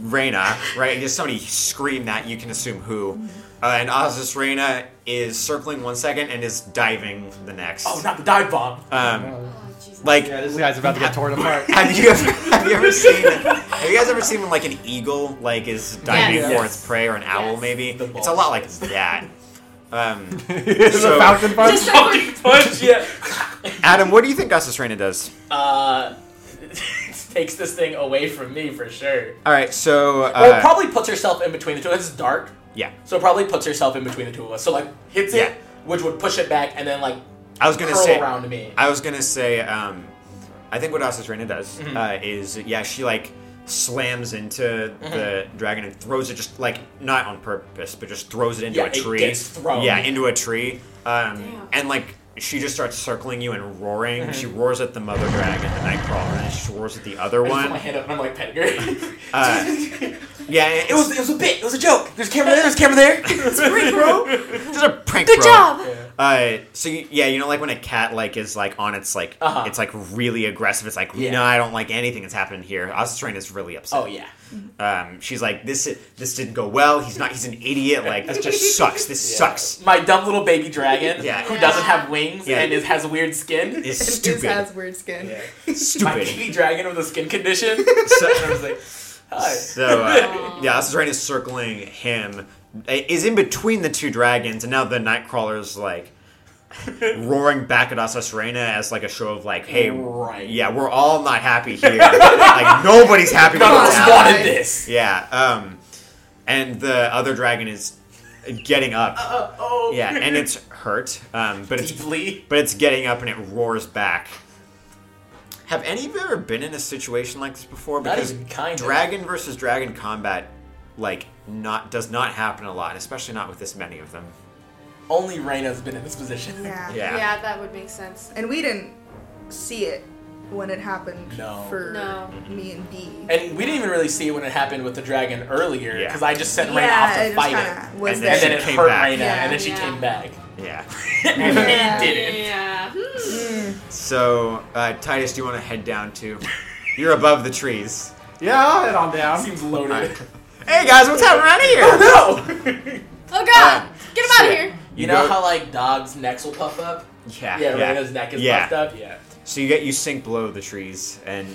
Reyna, right? Just somebody scream that you can assume who, Mm-hmm. uh, and Asus Reyna is circling one second and is diving the next. Oh, not the dive bomb. [LAUGHS] Um, Oh, like yeah, this guy's about to get torn [LAUGHS] apart. Have you ever have [LAUGHS] you ever seen have you guys ever seen when like an eagle like is diving Yes. for Yes. its prey or an owl Yes. maybe? The It's a ball. lot like [LAUGHS] that. Um, Is So- a fountain punch? Just- Fucking [LAUGHS] punch yeah. Adam, what do you think Asus Reyna does? Uh, [LAUGHS] takes this thing away from me for sure. All right, so uh, Well, probably puts herself in between the two. It's dark, yeah, so probably puts herself in between the two of us. So like hits Yeah. it, which would push it back, and then like I was gonna curl say around me. I was gonna say um, I think what Asus Reyna does Mm-hmm. uh, is yeah she like slams into Mm-hmm. the dragon and throws it just like not on purpose but just throws it into Yeah, a it tree. gets thrown. Yeah, into a tree. Um, Damn. and like she just starts circling you and roaring. Mm-hmm. She roars at the mother dragon, the nightcrawler, and then she roars at the other I just put my one. hand up and I'm like petting her. [LAUGHS] Uh, [LAUGHS] yeah, it [LAUGHS] it was it was a bit. It was a joke. There's a camera there. There's a camera there. it's a prank, Good bro. job. Yeah. Uh, so you, yeah, you know, like when a cat like is like on its like, Uh-huh. it's like really aggressive. It's like, Yeah. no, I don't like anything that's happening here. Oztrain is really upset. Oh yeah. Um, she's like, this i- this didn't go well. He's not. He's an idiot. Like this [LAUGHS] just sucks. This Yeah. sucks. My dumb little baby dragon, Yeah. who doesn't have wings Yeah. and is, has weird skin. It's This stupid. has weird skin. [LAUGHS] [LAUGHS] My Stupid. baby dragon with a skin condition. [LAUGHS] [LAUGHS] So- and I was like, hi. [LAUGHS] So uh, yeah, Oztrain is circling him. i- Is in between the two dragons, and now the Nightcrawler's [LAUGHS] like roaring back at us, Serena, as like a show of like, hey, Right. yeah, we're all not happy here. [LAUGHS] like nobody's happy None of about us Yeah. that. wanted this. Yeah. Um, and the other dragon is getting up. Uh, oh. Yeah, and it's hurt, um, but it's deeply. but it's getting up and it roars back. Have any of you ever been in a situation like this before? Not Because even kind of. dragon versus dragon combat, like, not does not happen a lot, and especially not with this many of them. Only Reyna's been in this position. Yeah. Yeah. Yeah, that would make sense. And we didn't see it when it happened No. for No. me and B. And we didn't even really see it when it happened with the dragon earlier, Yeah. because I just sent Reyna off to it fight just it. kinda was And there. And then it She came hurt back. Reyna, and then she Yeah. came back. [LAUGHS] Yeah. and Yeah. he didn't. Yeah. So, uh, Titus, do you want to head down to? You're above the trees. Yeah, I'll head on down. Seems loaded. Hey guys, what's happening around here? Oh no! Oh god! Um, Get him out of shit. here! You know go- how like dogs' necks will puff up? Yeah. [LAUGHS] Yeah, Reyna's neck is Yeah. puffed up. Yeah. So you get you sink below the trees and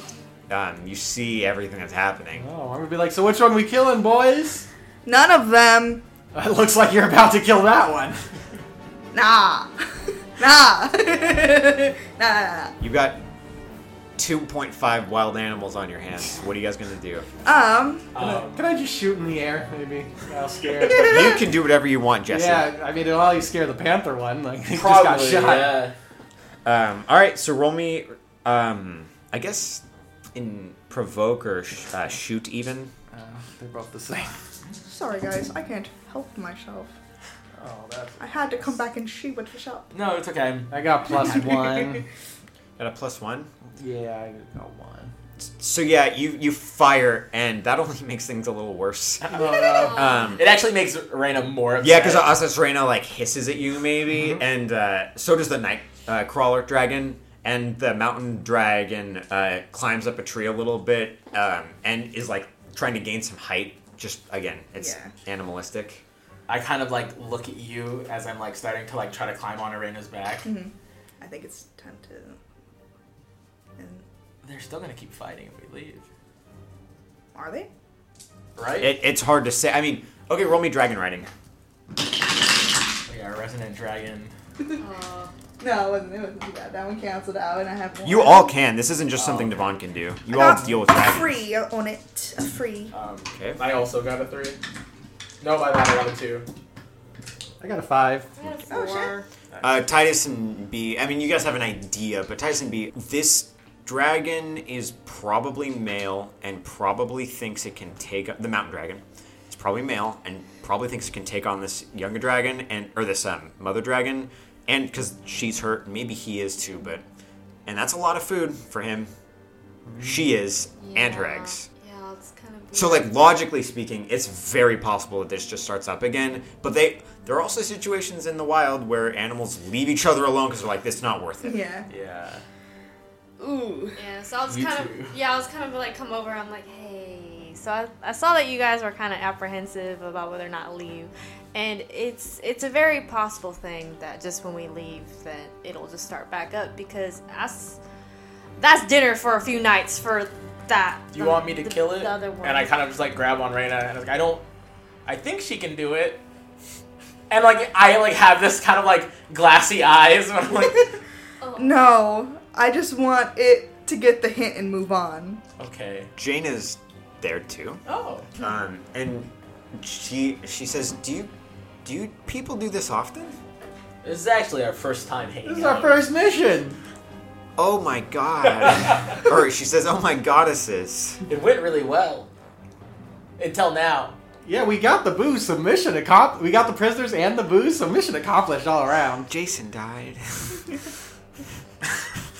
um, you see everything that's happening. Oh, I'm gonna be like, so which one we killing, boys? [LAUGHS] None of them. It looks like you're about to kill that one. Nah. [LAUGHS] nah. [LAUGHS] nah. Nah. You've got 2.5 wild animals on your hands. What are you guys gonna do? nah. Um. Um, [LAUGHS] Can I just shoot in the air, maybe? I'll scare. You can do whatever you want, Jesse. yeah, I mean, it'll only scare the panther one. Like, [LAUGHS] he just got probably. shot. Yeah. Um, all right. So roll me. Um, I guess in provoke or sh- uh, shoot even. Uh, they're both the same. Sorry guys, I can't help myself. Oh, that's. I had to come back and shoot with the shop. No, [LAUGHS] it's okay. I [LAUGHS] got plus one. At a plus one. Yeah, I got one. So yeah, you you fire and that [LAUGHS] only makes things a little worse. Oh, Um, It actually makes Reyna more upset. Yeah, because Asasarena like hisses at you maybe, Mm-hmm. and uh, so does the night uh, crawler dragon, and the mountain dragon uh, climbs up a tree a little bit um, and is like trying to gain some height. Just again, it's Yeah. animalistic. I kind of like look at you as I'm like starting to like try to climb on Reyna's back. Mm-hmm. I think it's time to. And They're still gonna keep fighting if we leave, are they? right? It, it's hard to say. I mean, okay, roll me dragon riding. yeah, Resident Dragon. No, it wasn't. It wasn't too bad. That one canceled out, and I have. One. You all can. This isn't just something Oh, Devon can do. I You all got deal with dragons. Free on it. A free. Um, Okay. I also got a three. Nope, I got a two. I got a five. Oh shit. Uh, Titus and B. I mean, you guys have an idea, but Titus and B. This dragon is probably male and probably thinks it can take the mountain dragon. It's probably male and probably thinks it can take on this younger dragon and or this um, mother dragon, and because she's hurt, maybe he is too. But and that's a lot of food for him. She is and her Yeah. eggs. Yeah, it's kind of. So like logically speaking, it's very possible that this just starts up again. But they there are also situations in the wild where animals leave each other alone because they're like, "It's not Oh. worth it." Yeah. Yeah. Ooh. Yeah, so I was You kind too. of yeah, I was kind of like come over. I'm like, hey. So I, I saw that you guys were kind of apprehensive about whether or not leave, and it's it's a very possible thing that just when we leave, that it'll just start back up because that's that's dinner for a few nights for that. Do you want me to the- kill it? The other one. And I kind of just like grab on Reyna and I was like, I don't. I think she can do it. And like I like have this kind of like glassy eyes and I'm [LAUGHS] like, No, I just want it to get the hint and move on. okay. Jane is there too, Oh. um, and she she says, "Do you do you people do this often?" This is actually our first time hanging This is out. our first mission. Oh my god! or she says, "Oh my goddesses." It went really well. Until now. Yeah, we got the booze. So mission accomplished. We got the prisoners and the booze. So mission accomplished all around. Jason died.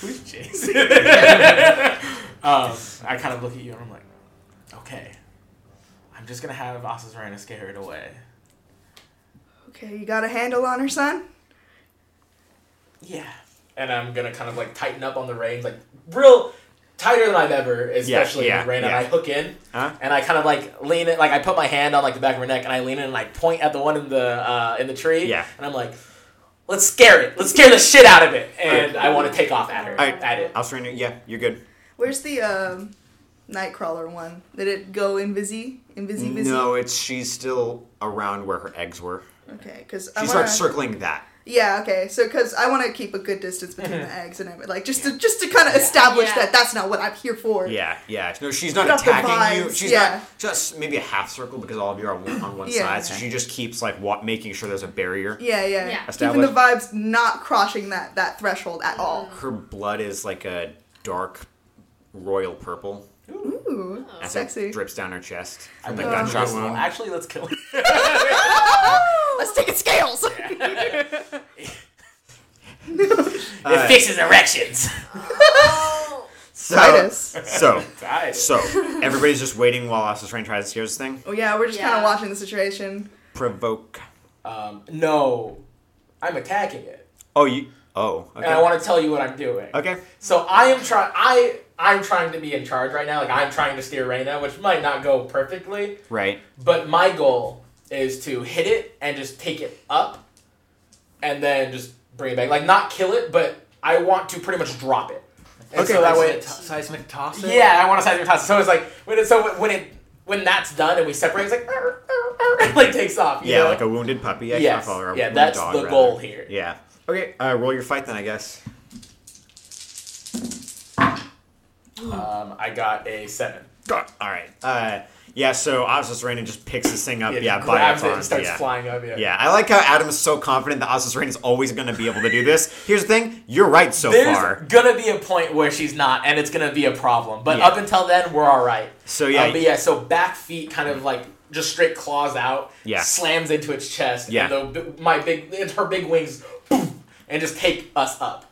Who's Jason? [LAUGHS] um, I kind of look at you and I'm like, okay. I'm just gonna have Asas Reyna scare it away. Okay, you got a handle on her, son? yeah. And I'm gonna kind of like tighten up on the reins, like real tighter than I've ever, especially yeah, in the rain. yeah. And I hook in, Huh? and I kind of like lean it, like I put my hand on like the back of her neck, and I lean in and I point at the one in the uh, in the tree. Yeah. And I'm like, let's scare it, let's scare the shit out of it, and I want to take off at her, Alright. at it. I'll surrender. Yeah, you're good. Where's the um, Nightcrawler one? Did it go invisi? Invisi? busy? No, it's she's still around where her eggs were. Okay, because She I want starts to. circling that. yeah, okay. So because I want to keep a good distance [LAUGHS] between the eggs and everything, like just to just to kind of establish Yeah. that that's not what I'm here for. Yeah, yeah. No, she's not Get off the attacking you. vines, She's yeah. not just maybe a half circle because all of you are on one, on one Yeah. side. So she just keeps like wa- making sure there's a barrier. Yeah, yeah. Yeah. Keeping the vibes not crossing that that threshold at all. Her blood is like a dark royal purple Mm. Ooh, as sexy. it drips down her chest from the Like, gunshot let's- wound. Actually, let's kill it. [LAUGHS] Oh. Let's take [LAUGHS] it scales. Uh, it fixes erections. Oh. so, [LAUGHS] so, Died. so, everybody's just waiting while Austin Train tries to scare this thing. Well, Oh, yeah, we're just kind Yeah. of watching the situation. Provoke. Um, no, I'm attacking it, Oh, you. Oh, okay. and I want to tell you what I'm doing. okay. So I am trying. I I'm trying to be in charge right now. Like I'm trying to steer Reyna, which might not go perfectly, Right. but my goal is to hit it and just take it up, and then just bring it back. Like not kill it, but I want to pretty much drop it. And Okay, so that way, Seismic- it seismic toss. it? yeah, I want to size your toss. So it's like when it, so when it when that's done and we separate, it's like [LAUGHS] "Arr, arr, arr," and, like takes off. you Yeah, know? like a wounded puppy. I Yes. or a Yeah, wounded that's dog, the rather. goal here. Yeah. Okay. Uh, roll your fight then, I guess. Um, I got a seven. God. All right. Uh, yeah. So Osmosis Rain just picks this thing up. Yeah, he by grabs its it arms, and starts yeah. flying up. Yeah, Yeah, I like how Adam is so confident that Osmosis Rain is always going to be able to do this. Here's the thing: you're right so There's far. gonna be a point where she's not, and it's gonna be a problem. But Yeah. up until then, we're all right. So yeah, Uh, but yeah, so back feet kind of like just straight claws out. Yeah. Slams into its chest. Yeah. And the, my big, and her big wings, boom, and just take us up.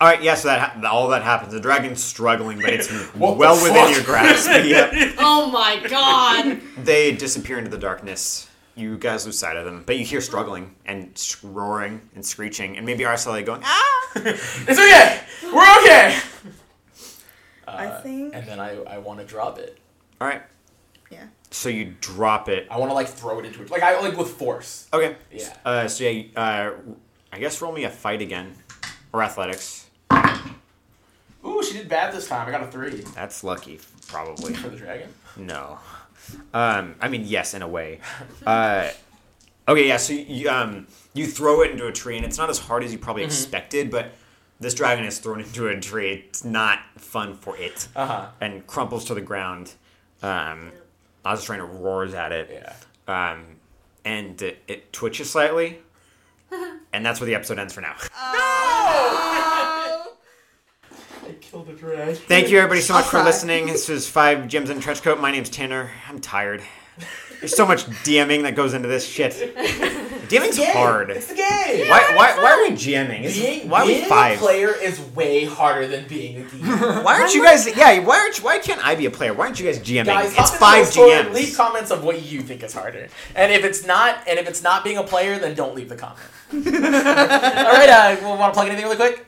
all right, yeah. So that ha- all that happens. The dragon's struggling, but it's [LAUGHS] What well the within fuck? your [LAUGHS] grasp. Yep. oh my god. They disappear into the darkness. You guys lose sight of them, but you hear struggling and sh- roaring and screeching, and maybe RSLA going, "Ah!" It's okay. We're okay. I Uh, think. And then I, I want to drop it. All right. Yeah. So you drop it. I want to like throw it into it, like I like with force. Okay. Yeah. Uh, so yeah, uh, I guess roll me a fight again, or athletics. Ooh, she did bad this time. I got a three That's lucky, probably. for the dragon. No. Um, I mean, yes, in a [LAUGHS] way. Uh, okay, yeah. So you, um, you throw it into a tree, and it's not as hard as you probably Mm-hmm. expected, but this dragon is thrown into a tree. It's not fun for it, Uh huh. and crumples to the ground. Um, I was trying to roars at it. Yeah. [LAUGHS] um, and it, it twitches [LAUGHS] slightly, and that's where the episode ends for now. I killed the dragon. Thank you, everybody, so much I'll for cry. listening. This is Five Gems and Trenchcoat. My name's Tanner. I'm tired. There's so much DMing that goes into this shit. DMing's hard. It's the game. Why, why, why are we GMing? It's- Being, Why are we being a five? player is way harder than being a [LAUGHS] DM. Why aren't you guys? Yeah, why aren't? you- Why can't I be a player? Why aren't you guys GMing? Guys, hop it's into five the store and Leave GMs. comments of what you think is harder, and if it's not, and if it's not being a player, then don't leave the comment. [LAUGHS] All right, uh, we want to plug anything really quick.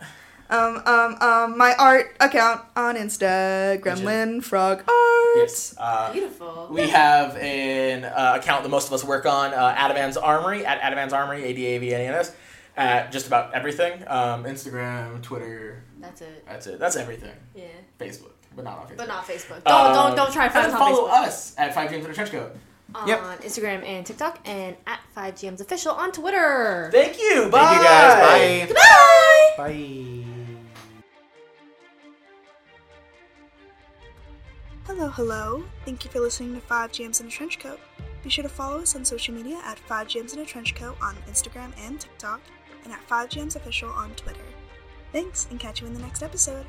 Um, um, um, my art account on Insta, Gremlin Frog Art. Uh, Beautiful. We have an uh, account that most of us work on, uh, Adavan's Armory, at Adavan's Armory, A-D-A-V-N-E-S, E at just about everything. Um, Instagram, Twitter, That's it. that's it. That's everything. Yeah. Facebook, but not on Facebook. But not Facebook. Don't Um, don't don't try to and find us then on follow Facebook. us at 5 James in a Trench Coat. On Yep. Instagram and TikTok and at 5GMs official on Twitter. Thank you. Bye. Thank you guys. Bye. Bye. Bye. Hello, hello. Thank you for listening to Five Jams in a Trench Coat. Be sure to follow us on social media at Five Jams in a Trench Coat on Instagram and TikTok, and at Five Jams Official on Twitter. Thanks, and catch you in the next episode.